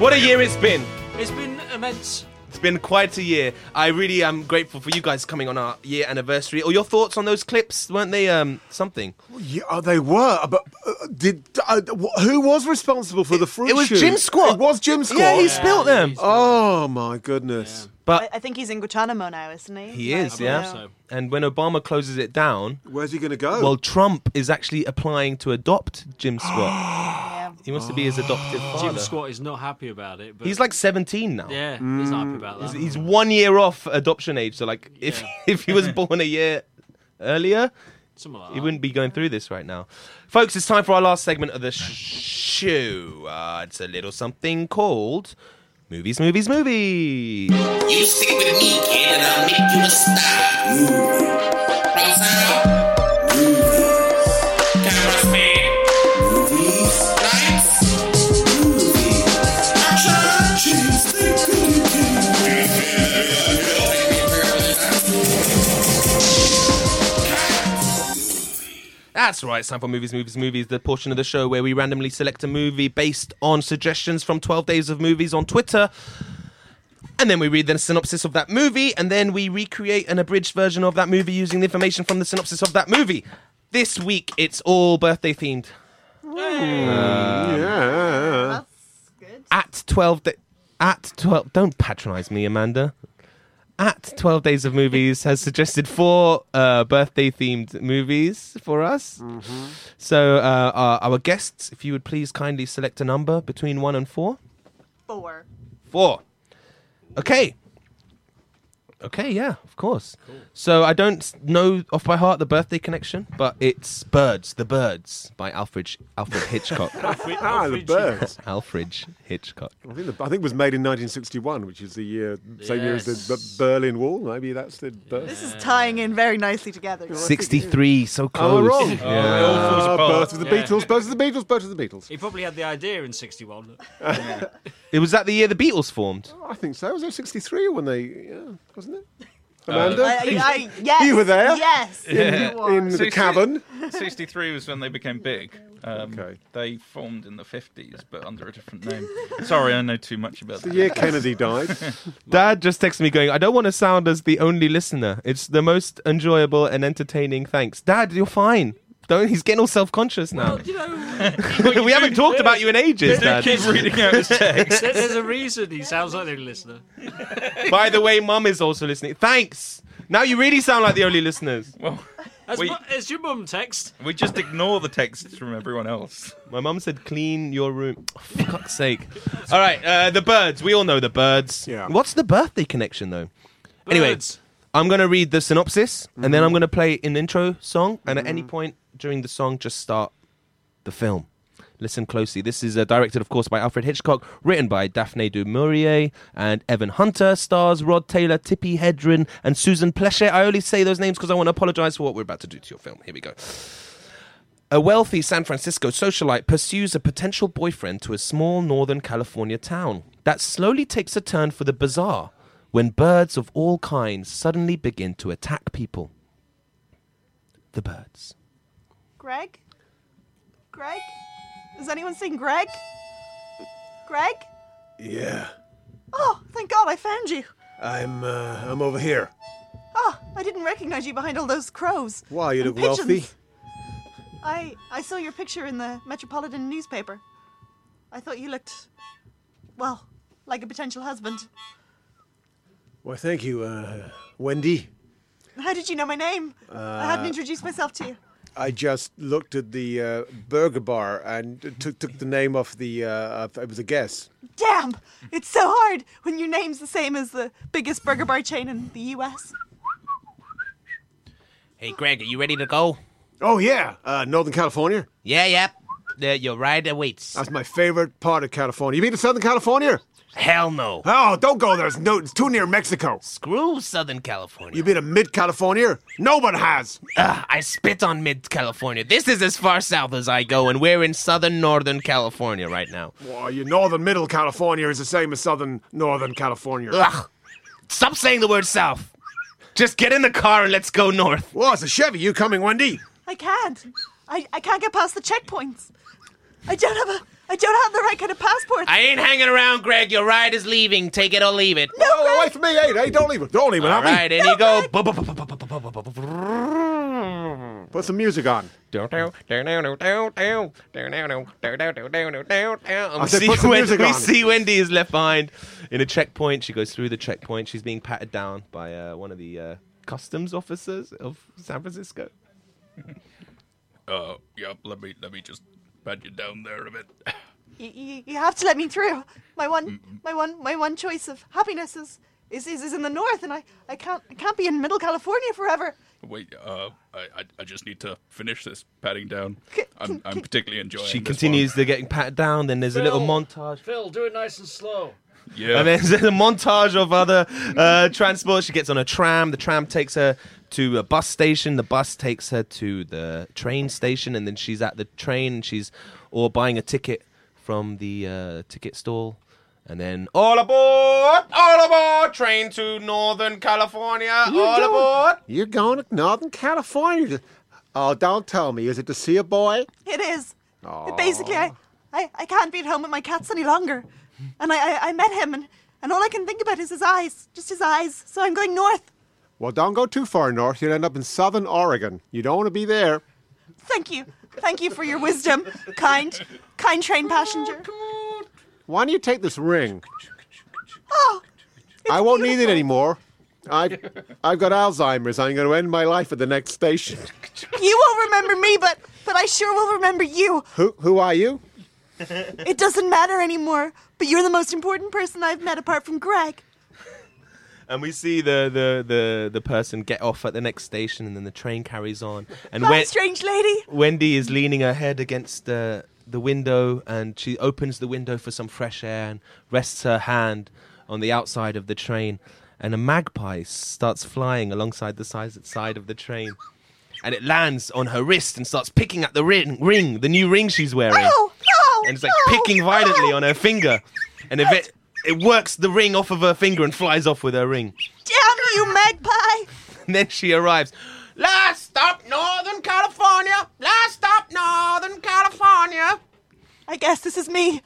B: what a year it's been.
G: It's been immense.
B: It's been quite a year. I really am grateful for you guys coming on our year anniversary. Or your thoughts on those clips? Weren't they um, something?
F: Yeah, oh, they were. But uh, did uh, wh- who was responsible for the fruit?
B: it was
F: shoot?
B: Jim Squat.
F: It was Jim Squat.
B: Yeah, he spilled them.
F: Oh my goodness!
B: But
H: I, I think he's in Guantanamo now, isn't he?
B: He
H: Like,
B: is, yeah. And when Obama closes it down,
F: where's he going to go?
B: Well, Trump is actually applying to adopt Jim Squat. he wants to be his adoptive father.
G: Jim Squat is not happy about it. But
B: He's Mm, like 17 now.
G: Yeah, he's not happy about that.
B: He's, he's one year off adoption age. So, like, if if he was born a year earlier,
G: Something like
B: he wouldn't be going through this right now. Folks, it's time for our last segment of the sh- show. Uh, it's a little something called movies, movies, movies.
A: You stick with me, kid, and I'll make you a star.
B: That's right, it's time for Movies, Movies, Movies, the portion of the show where we randomly select a movie based on suggestions from 12 Days of Movies on Twitter. And then we read the synopsis of that movie, and then we recreate an abridged version of that movie using the information from the synopsis of that movie. This week, it's all birthday themed. yeah. At 12 da- at 12 don't patronize me Amanda. At 12 Days of Movies has suggested four uh, birthday themed movies for us.
F: Mm-hmm.
B: So, uh, our, our guests, if you would please kindly select a number between one and four.
H: Four.
B: Four. Okay. Okay, yeah, of course. So, I don't s- know off by heart the birthday connection, but it's Birds, The Birds by Alfred, Alfred Hitchcock.
F: Alfred- Ah, The Alfred Birds.
B: Alfred Hitchcock.
F: I think, the, I think it was made in 1961, which is the year, same year as the,
H: Yes.
F: the Berlin Wall. Maybe that's the. Birth.
H: This is tying in very nicely together.
B: 63, so
F: Am I
B: close.
F: wrong?
B: Yeah.
F: Ah, birth of the
G: Yeah.
F: Beatles, birth of the Beatles, birth of the Beatles.
G: He probably had the idea in '61.
B: It was that the year the Beatles formed.
F: I think so. Was it 63 when they, yeah, wasn't it?
C: Uh,
F: Amanda?
C: I- I-
F: You were there?
C: yes,
F: In,
C: Yeah.
F: in the
C: 60
F: cabin.
C: 63 was when they became big. Um, They formed in the 50s, but under a different name. Sorry, I know too much about
F: The
C: that.
F: year Kennedy died.
B: Dad just texted me going, I don't want to sound as the only listener. It's the most enjoyable and entertaining. Thanks. Dad, you're fine. Don't he's getting all self conscious now. we haven't talked about you in ages, Dad.
D: There- There's a reason he sounds like the only listener.
B: By the way, Mum is also listening. Thanks. Now you really sound like the only listeners.
C: Well,
D: As
C: We-
D: mu- as your mum text.
C: We just ignore the texts from everyone else.
B: My mum said, "Clean your room." Oh, for fuck's sake! All right, uh, the birds. We all know the birds. Yeah. What's the birthday connection though? Anyway, I'm gonna read the synopsis, and then I'm gonna play an intro song. And at any point during the song, just start the film. Listen closely. This is uh, directed, of course, by Alfred Hitchcock, written by Daphne du Maurier and Evan Hunter. Stars Rod Taylor, Tippi Hedren, and Susan Pleshet. I only say those names because I want to apologize for what we're about to do to your film. Here we go. A wealthy San Francisco socialite pursues a potential boyfriend to a small northern California town that slowly takes a turn for the bizarre when birds of all kinds suddenly begin to attack people. The birds.
E: Greg? Greg? Is anyone seeing Greg? Greg?
Q: Yeah,
E: Oh, thank God I found you.
Q: I'm uh, I'm over here.
E: Oh, I didn't recognize you behind all those crows.
Q: Wow, you look
E: and pigeons.
Q: wealthy.
E: I I saw your picture in the Metropolitan newspaper. I thought you looked well, like a potential husband.
Q: Well, thank you, uh, Wendy.
E: How did you know my name? I hadn't
Q: Uh,
E: introduced myself to you.
Q: I just looked at the uh, burger bar and took took the name off the. Uh, of- it was a guess.
E: Damn! It's so hard when your name's the same as the biggest burger bar chain in the US.
P: Hey, Greg, are you ready to go?
F: Oh yeah, uh, Northern California.
P: Yeah, yep. Oh, Yeah. your ride awaits.
F: That's my favorite part of California. You mean to Southern California?
P: Hell no.
F: Oh, don't go there. It's, no, it's too near Mexico.
P: Screw Southern California.
F: You been to Mid California? No one has.
P: Ugh, I spit on Mid California. This is as far south as I go, and we're in Southern Northern California right now.
F: Why, your Northern Middle California is the same as Southern Northern California.
Q: Ah.
P: Ugh. Stop saying the word south. Just get in the car and let's go north.
Q: Well, it's a Chevy. You coming, Wendy?
E: I can't. I, I can't get past the checkpoints. I don't have a I don't have the right kind of passport.
P: I ain't hanging around, Greg. Your ride is leaving. Take it or leave it.
Q: No, oh, wait for me. Hey, hey, don't leave it. Don't leave it.
P: All
Q: at me.
P: right, in you go.
F: Put some music on.
B: I
P: I
B: see Wendy, we see Wendy is left behind in a checkpoint. She goes through the checkpoint. She's being patted down by uh, one of the uh, customs officers of San Francisco.
C: Uh, yeah, let me let me just pat you down there a bit.
E: You, you, you have to let me through. My one, my one, my one choice of happiness is is, is, is in the north, and I, I can't I can't be in Middle California forever.
C: Wait, uh, I, I I just need to finish this patting down. I'm I'm particularly enjoying.
B: She
C: this
B: continues. They're getting patted down. Then there's a little montage.
D: Phil, do it nice and slow.
C: one. Yeah.
B: And then there's a montage of other uh, transport. She gets on a tram. The tram takes her to a bus station. The bus takes her to the train station. And then she's at the train. And she's or buying a ticket from the uh, ticket stall. And then all aboard, all aboard, train to Northern California. all aboard.
F: You're going to Northern California. Oh, don't tell me. Is it to see a boy?
E: It is.
F: Oh.
E: Basically, I, I, I can't be at home with my cats any longer, and I, I, I met him, and, and all I can think about is his eyes, just his eyes. So I'm going north.
F: Well, don't go too far north. You'll end up in Southern Oregon. You don't want to be there.
E: Thank you, thank you for your wisdom, kind, kind train passenger.
F: Why don't you take this ring?
E: Oh,
F: I won't need it anymore. I, I've got Alzheimer's. I'm going to end my life at the next station.
E: you won't remember me, but but I sure will remember you.
F: Who, who are you?
E: It doesn't matter anymore, but you're the most important person I've met apart from Greg.
B: And we see the, the, the, the person get off at the next station, and then the train carries on. And
E: Bye,
B: when-
E: strange lady.
B: Wendy is leaning her head against the the window, and she opens the window for some fresh air and rests her hand on the outside of the train. And a magpie starts flying alongside the side, side of the train, and it lands on her wrist and starts picking at the ring, ring the new ring she's wearing,
E: Oh,
B: and it's like picking violently on her finger. And if it it works the ring off of her finger and flies off with her ring.
E: Damn you, magpie!
B: And then she arrives.
P: Last stop, Northern California. Last stop, Northern California.
H: Sonia? I guess this is me.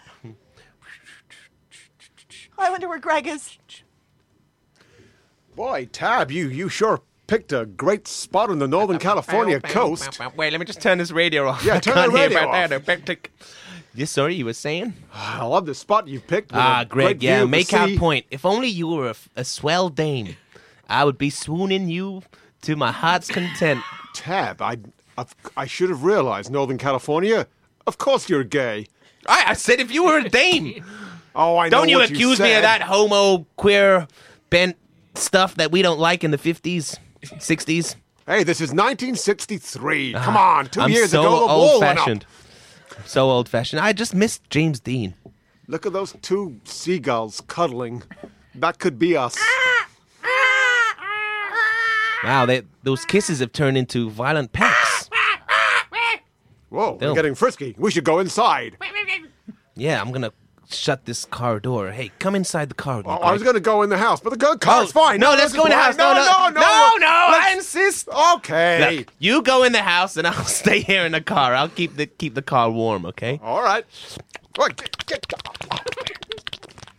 H: I wonder where Greg is.
Q: Boy, Tab, you you sure picked a great spot on the Northern California coast.
B: Wait, let me just turn this radio off.
Q: Yeah,
B: I
Q: turn
B: can't
Q: the
B: hear
Q: radio
B: about
Q: off.
B: that. Back to- Yeah, sorry, you were saying?
Q: I love the spot you picked. with
B: Ah,
Q: a
B: Greg,
Q: great view
B: yeah,
Q: of the
B: make our
Q: sea.
B: point. If only you were a, f- a swell dame, I would be swooning you to my heart's content.
F: Tab, I, I've, I should have realized Northern California. Of course you're gay.
B: I, I said if you were a dame.
F: oh, I know
B: don't you
F: what
B: accuse me of
F: said.
B: that homo queer bent stuff that we don't like in the 50s 60s
F: hey this is 1963 Come on, 2
B: Ah, I'm
F: years
B: so
F: ago, the wall
B: old
F: went up.
B: fashioned so old fashioned i just miss james dean
F: Look at those two seagulls cuddling. That could be us.
N: Ah!
B: wow they, those kisses have turned into violent packs
F: Whoa,
B: Damn.
F: we're getting frisky. We should go inside.
B: yeah i'm gonna shut this car door hey come inside the car
F: Oh, I was going to go in the house, but the car- car's fine.
B: Oh, no, let's go in the house.
F: No,
B: No,
F: no,
B: no.
F: no.
B: No, no,
F: Let's-
B: I insist.
F: Okay.
B: Look, you go in the house and I'll stay here in the car. I'll keep the keep the car warm, okay?
F: All right.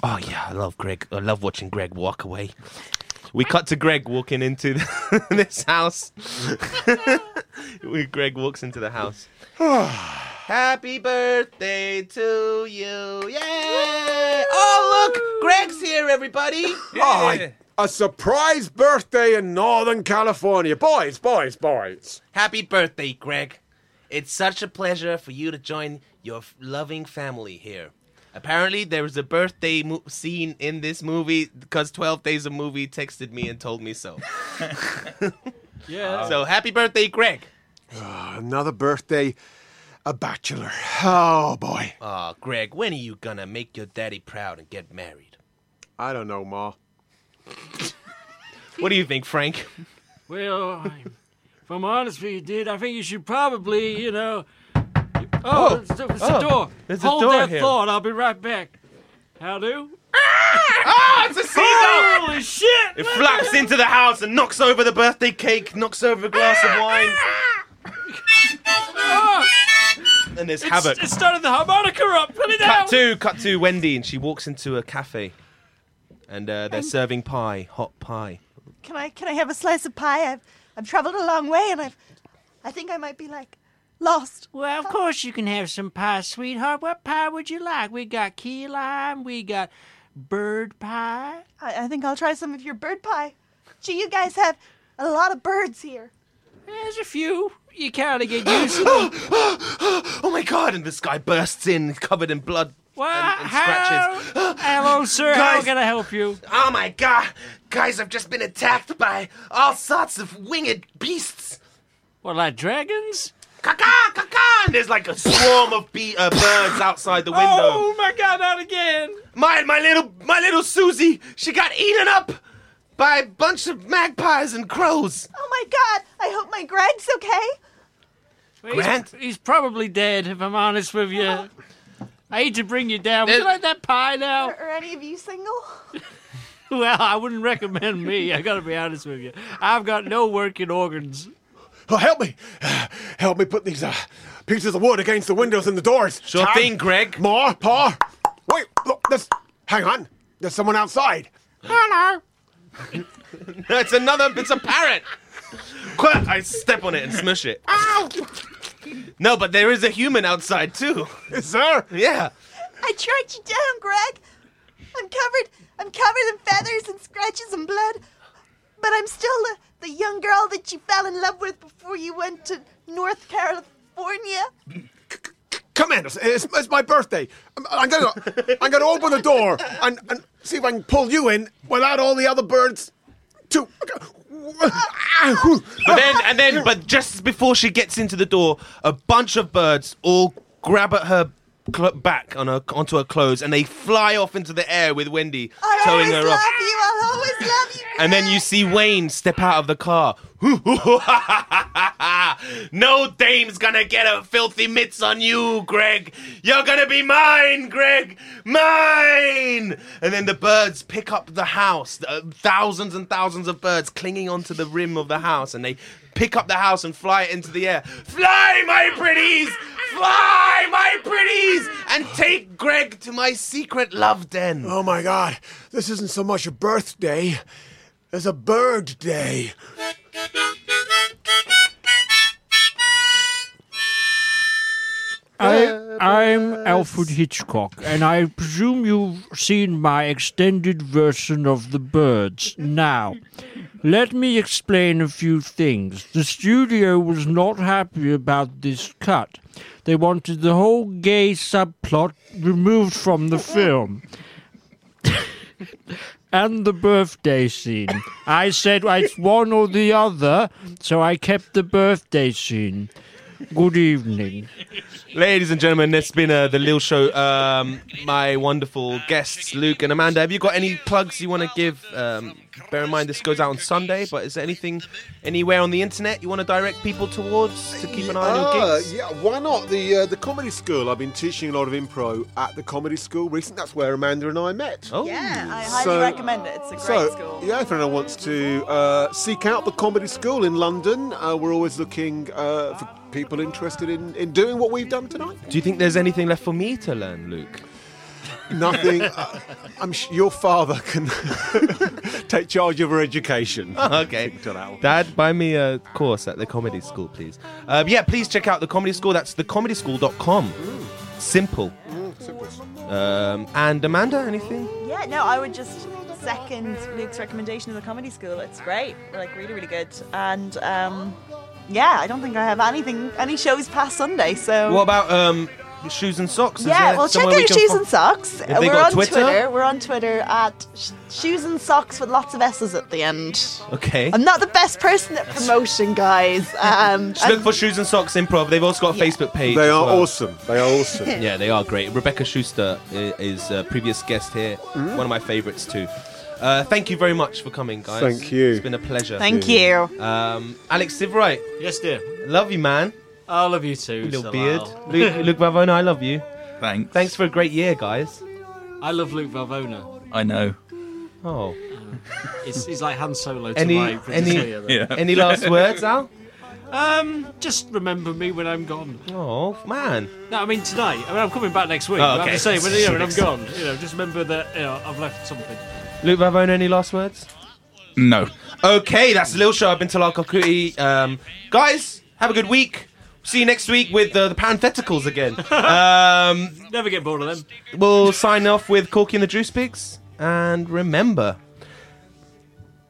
B: Oh yeah, I love Greg. I love watching Greg walk away. We cut to Greg walking into the, this house. We- Greg walks into the house. Happy birthday to you. Yay! Oh, look, Greg's here, everybody.
F: Oh, I- a surprise birthday in Northern California. Boys, boys, boys.
B: Happy birthday, Greg. It's such a pleasure for you to join your f- loving family here. Apparently, there was a birthday mo- scene in this movie because 12 Days of Movie texted me and told me so. Uh,
D: Yeah.
B: So, happy birthday, Greg.
F: Ah, another birthday, a bachelor. Oh, boy.
B: Aw, Uh, Greg, when are you gonna make your daddy proud and get married?
F: I don't know, Ma.
B: What do you think, Frank?
O: Well, I- if I'm honest with you, dude, I think you should probably, you know. Oh,
D: Oh,
O: it's, it's
D: oh,
O: a door.
D: there's a
O: Hold
D: door
O: that
D: here.
O: thought. I'll be right back. How do?
B: Ah, it's a seagull!
O: Holy shit!
B: It flaps into the house and knocks over the birthday cake, knocks over a glass of wine,
O: Ah! Oh,
B: and there's
O: it's,
B: havoc.
O: it started the harmonica up. Put it down.
B: Cut to, cut to Wendy, and she walks into a cafe, and uh, they're serving pie, hot pie.
H: Can I can I have a slice of pie? I've I've traveled a long way and I've I think I might be like lost.
R: Well, of course you can have some pie, sweetheart. What pie would you like? We got key lime, we got bird pie.
H: I, I think I'll try some of your bird pie. Gee, you guys have a lot of birds here.
R: There's a few. You kind of get used to
B: oh my god! And this guy bursts in, covered in blood and, and scratches.
R: Hello, sir. How
B: Guys.
R: can I help you?
B: Oh my god! Guys, I've just been attacked by all sorts of winged beasts!
R: What, like dragons?
B: Caca, caca! And there's like a swarm of bee- uh, birds outside the window.
O: Oh my god, not again!
B: My my little my little Susie, she got eaten up by a bunch of magpies and crows.
H: Oh my god! I hope my Greg's okay.
R: Well, he's-
B: Grant?
R: He's, probably dead, if I'm honest with you. I hate to bring you down. Would you
H: There's-
R: like that pie now?
H: Are, are any of you single?
R: Well, I wouldn't recommend me. I gotta be honest with you. I've got no working organs.
F: Oh, help me! Help me put these uh, pieces of wood against the windows and the doors.
B: Sure thing, Greg.
F: Ma, Pa. Wait, look, there's. Hang on. There's someone outside.
R: Hello.
B: it's another. It's a parrot. Quack, I step on it and smush it.
H: Ow!
B: No, but there is a human outside too.
F: Is there?
B: Yeah.
H: I tracked you down, Greg. I'm covered. I'm covered in feathers and scratches and blood, but I'm still the, the young girl that you fell in love with before you went to North California.
F: Come in. It's, it's, it's my birthday. I'm, I'm gonna. I'm gonna open the door and, and see if I can pull you in without all the other birds. Too.
B: But then, and then, but just before she gets into the door, a bunch of birds all grab at her cl- back on her onto her clothes, and they fly off into the air with Wendy
H: I'll
B: towing
H: always
B: her
H: love
B: off.
H: you. I'll always love you.
B: And then you see Wayne step out of the car. no dame's gonna get a filthy mitts on you, Greg. You're gonna be mine, Greg. Mine. And then the birds pick up the house. uh, thousands and thousands of birds clinging onto the rim of the house, and they pick up the house and fly it into the air. Fly, my pretties. Fly, my pretties, and take Greg to my secret love den.
S: Oh my god, this isn't so much a birthday as a bird day.
D: I, I'm Alfred Hitchcock, and I presume you've seen my extended version of The Birds. Now, let me explain a few things. The studio was not happy about this cut. They wanted the whole gay subplot removed from the film and the birthday scene. I said it's one or the other, so I kept the birthday scene. Good evening.
B: Ladies and gentlemen, it's been uh, the Lil Show. Um, my wonderful guests, Luke and Amanda, have you got any plugs you want to give? Um, bear in mind this goes out on Sunday, but is there anything anywhere on the internet you want to direct people towards to keep an eye on your
F: Ah,
B: gigs?
F: yeah, why not? The uh, the comedy school. I've been teaching a lot of impro at the comedy school recently. That's where Amanda and I met.
B: Oh,
E: Yeah, I highly
F: Hmm. So-
E: recommend it. It's a great
F: so,
E: school.
F: yeah, if anyone wants to uh, seek out the comedy school in London, uh, we're always looking uh, for people interested in, in doing what we've done tonight.
B: Do you think there's anything left for me to learn, Luke?
F: Nothing. uh, I'm sh- your father can take charge of her education.
B: Oh, okay. Dad, buy me a course at the comedy school, please. Uh, yeah, please check out the comedy school. That's thecomedyschool.com. Simple. Um, and Amanda, anything?
E: Yeah, no, I would just second Luke's recommendation of the comedy school. It's great, like really, really good. And um, yeah, I don't think I have anything, any shows past Sunday. So
B: What about um, shoes and socks? Is
E: yeah,
B: there
E: well, check
B: somewhere we
E: out
B: can
E: Shoes
B: fo-
E: and Socks.
B: Have they
E: We're
B: got
E: on
B: Twitter?
E: We're on Twitter at sh- Shoes and Socks with lots of S's at the end.
B: Okay.
E: I'm not the best person at promotion, guys. Um,
B: Just look for Shoes and Socks Improv. They've also got a Facebook page.
F: They
B: as
F: are
B: well.
F: awesome. They are awesome.
B: yeah, they are great. Rebecca Schuster i- is a previous guest here,
F: Mm.
B: one of my favourites too. Uh, thank you very much for coming, guys.
F: Thank you.
B: It's been a pleasure.
E: Thank you.
B: Um, Alex Sivright.
T: Yes, dear.
B: Love you, man.
T: I love you too.
B: Little
T: Salal.
B: beard. Luke, Luke Bavona, I love you. Thanks. Thanks for a great year, guys.
T: I love Luke Valvona.
C: I know.
B: Oh.
T: It's, it's like Han Solo to
B: Any-
T: my Princess
B: any-
T: Leia, though.
B: Yeah. any last words, Al?
T: Um, just remember me when I'm gone.
B: Oh man.
T: No, I mean tonight. I mean I'm coming back next week.
B: Oh,
T: but I'm
B: okay.
T: just saying when, you know, when I'm
B: Next
T: gone, you know, just remember that you know I've left something.
B: Luke Bavona, any last words?
C: No.
B: Okay, that's the little show. I've been Talal Kakuti. Um, guys, have a good week. See you next week with uh, the parentheticals again. Um,
T: Never get bored of them.
B: we'll sign off with Corky and the Juice Pigs. And remember,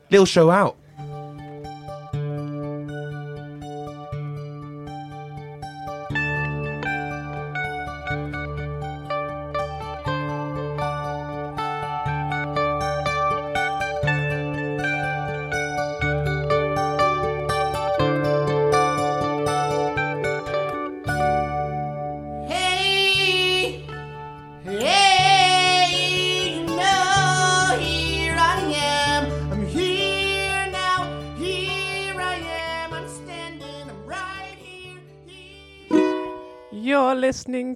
B: little show out.
U: Hey, hey, you know, here I am. I'm here now. Here I am. I'm standing. I'm right here.
V: You're listening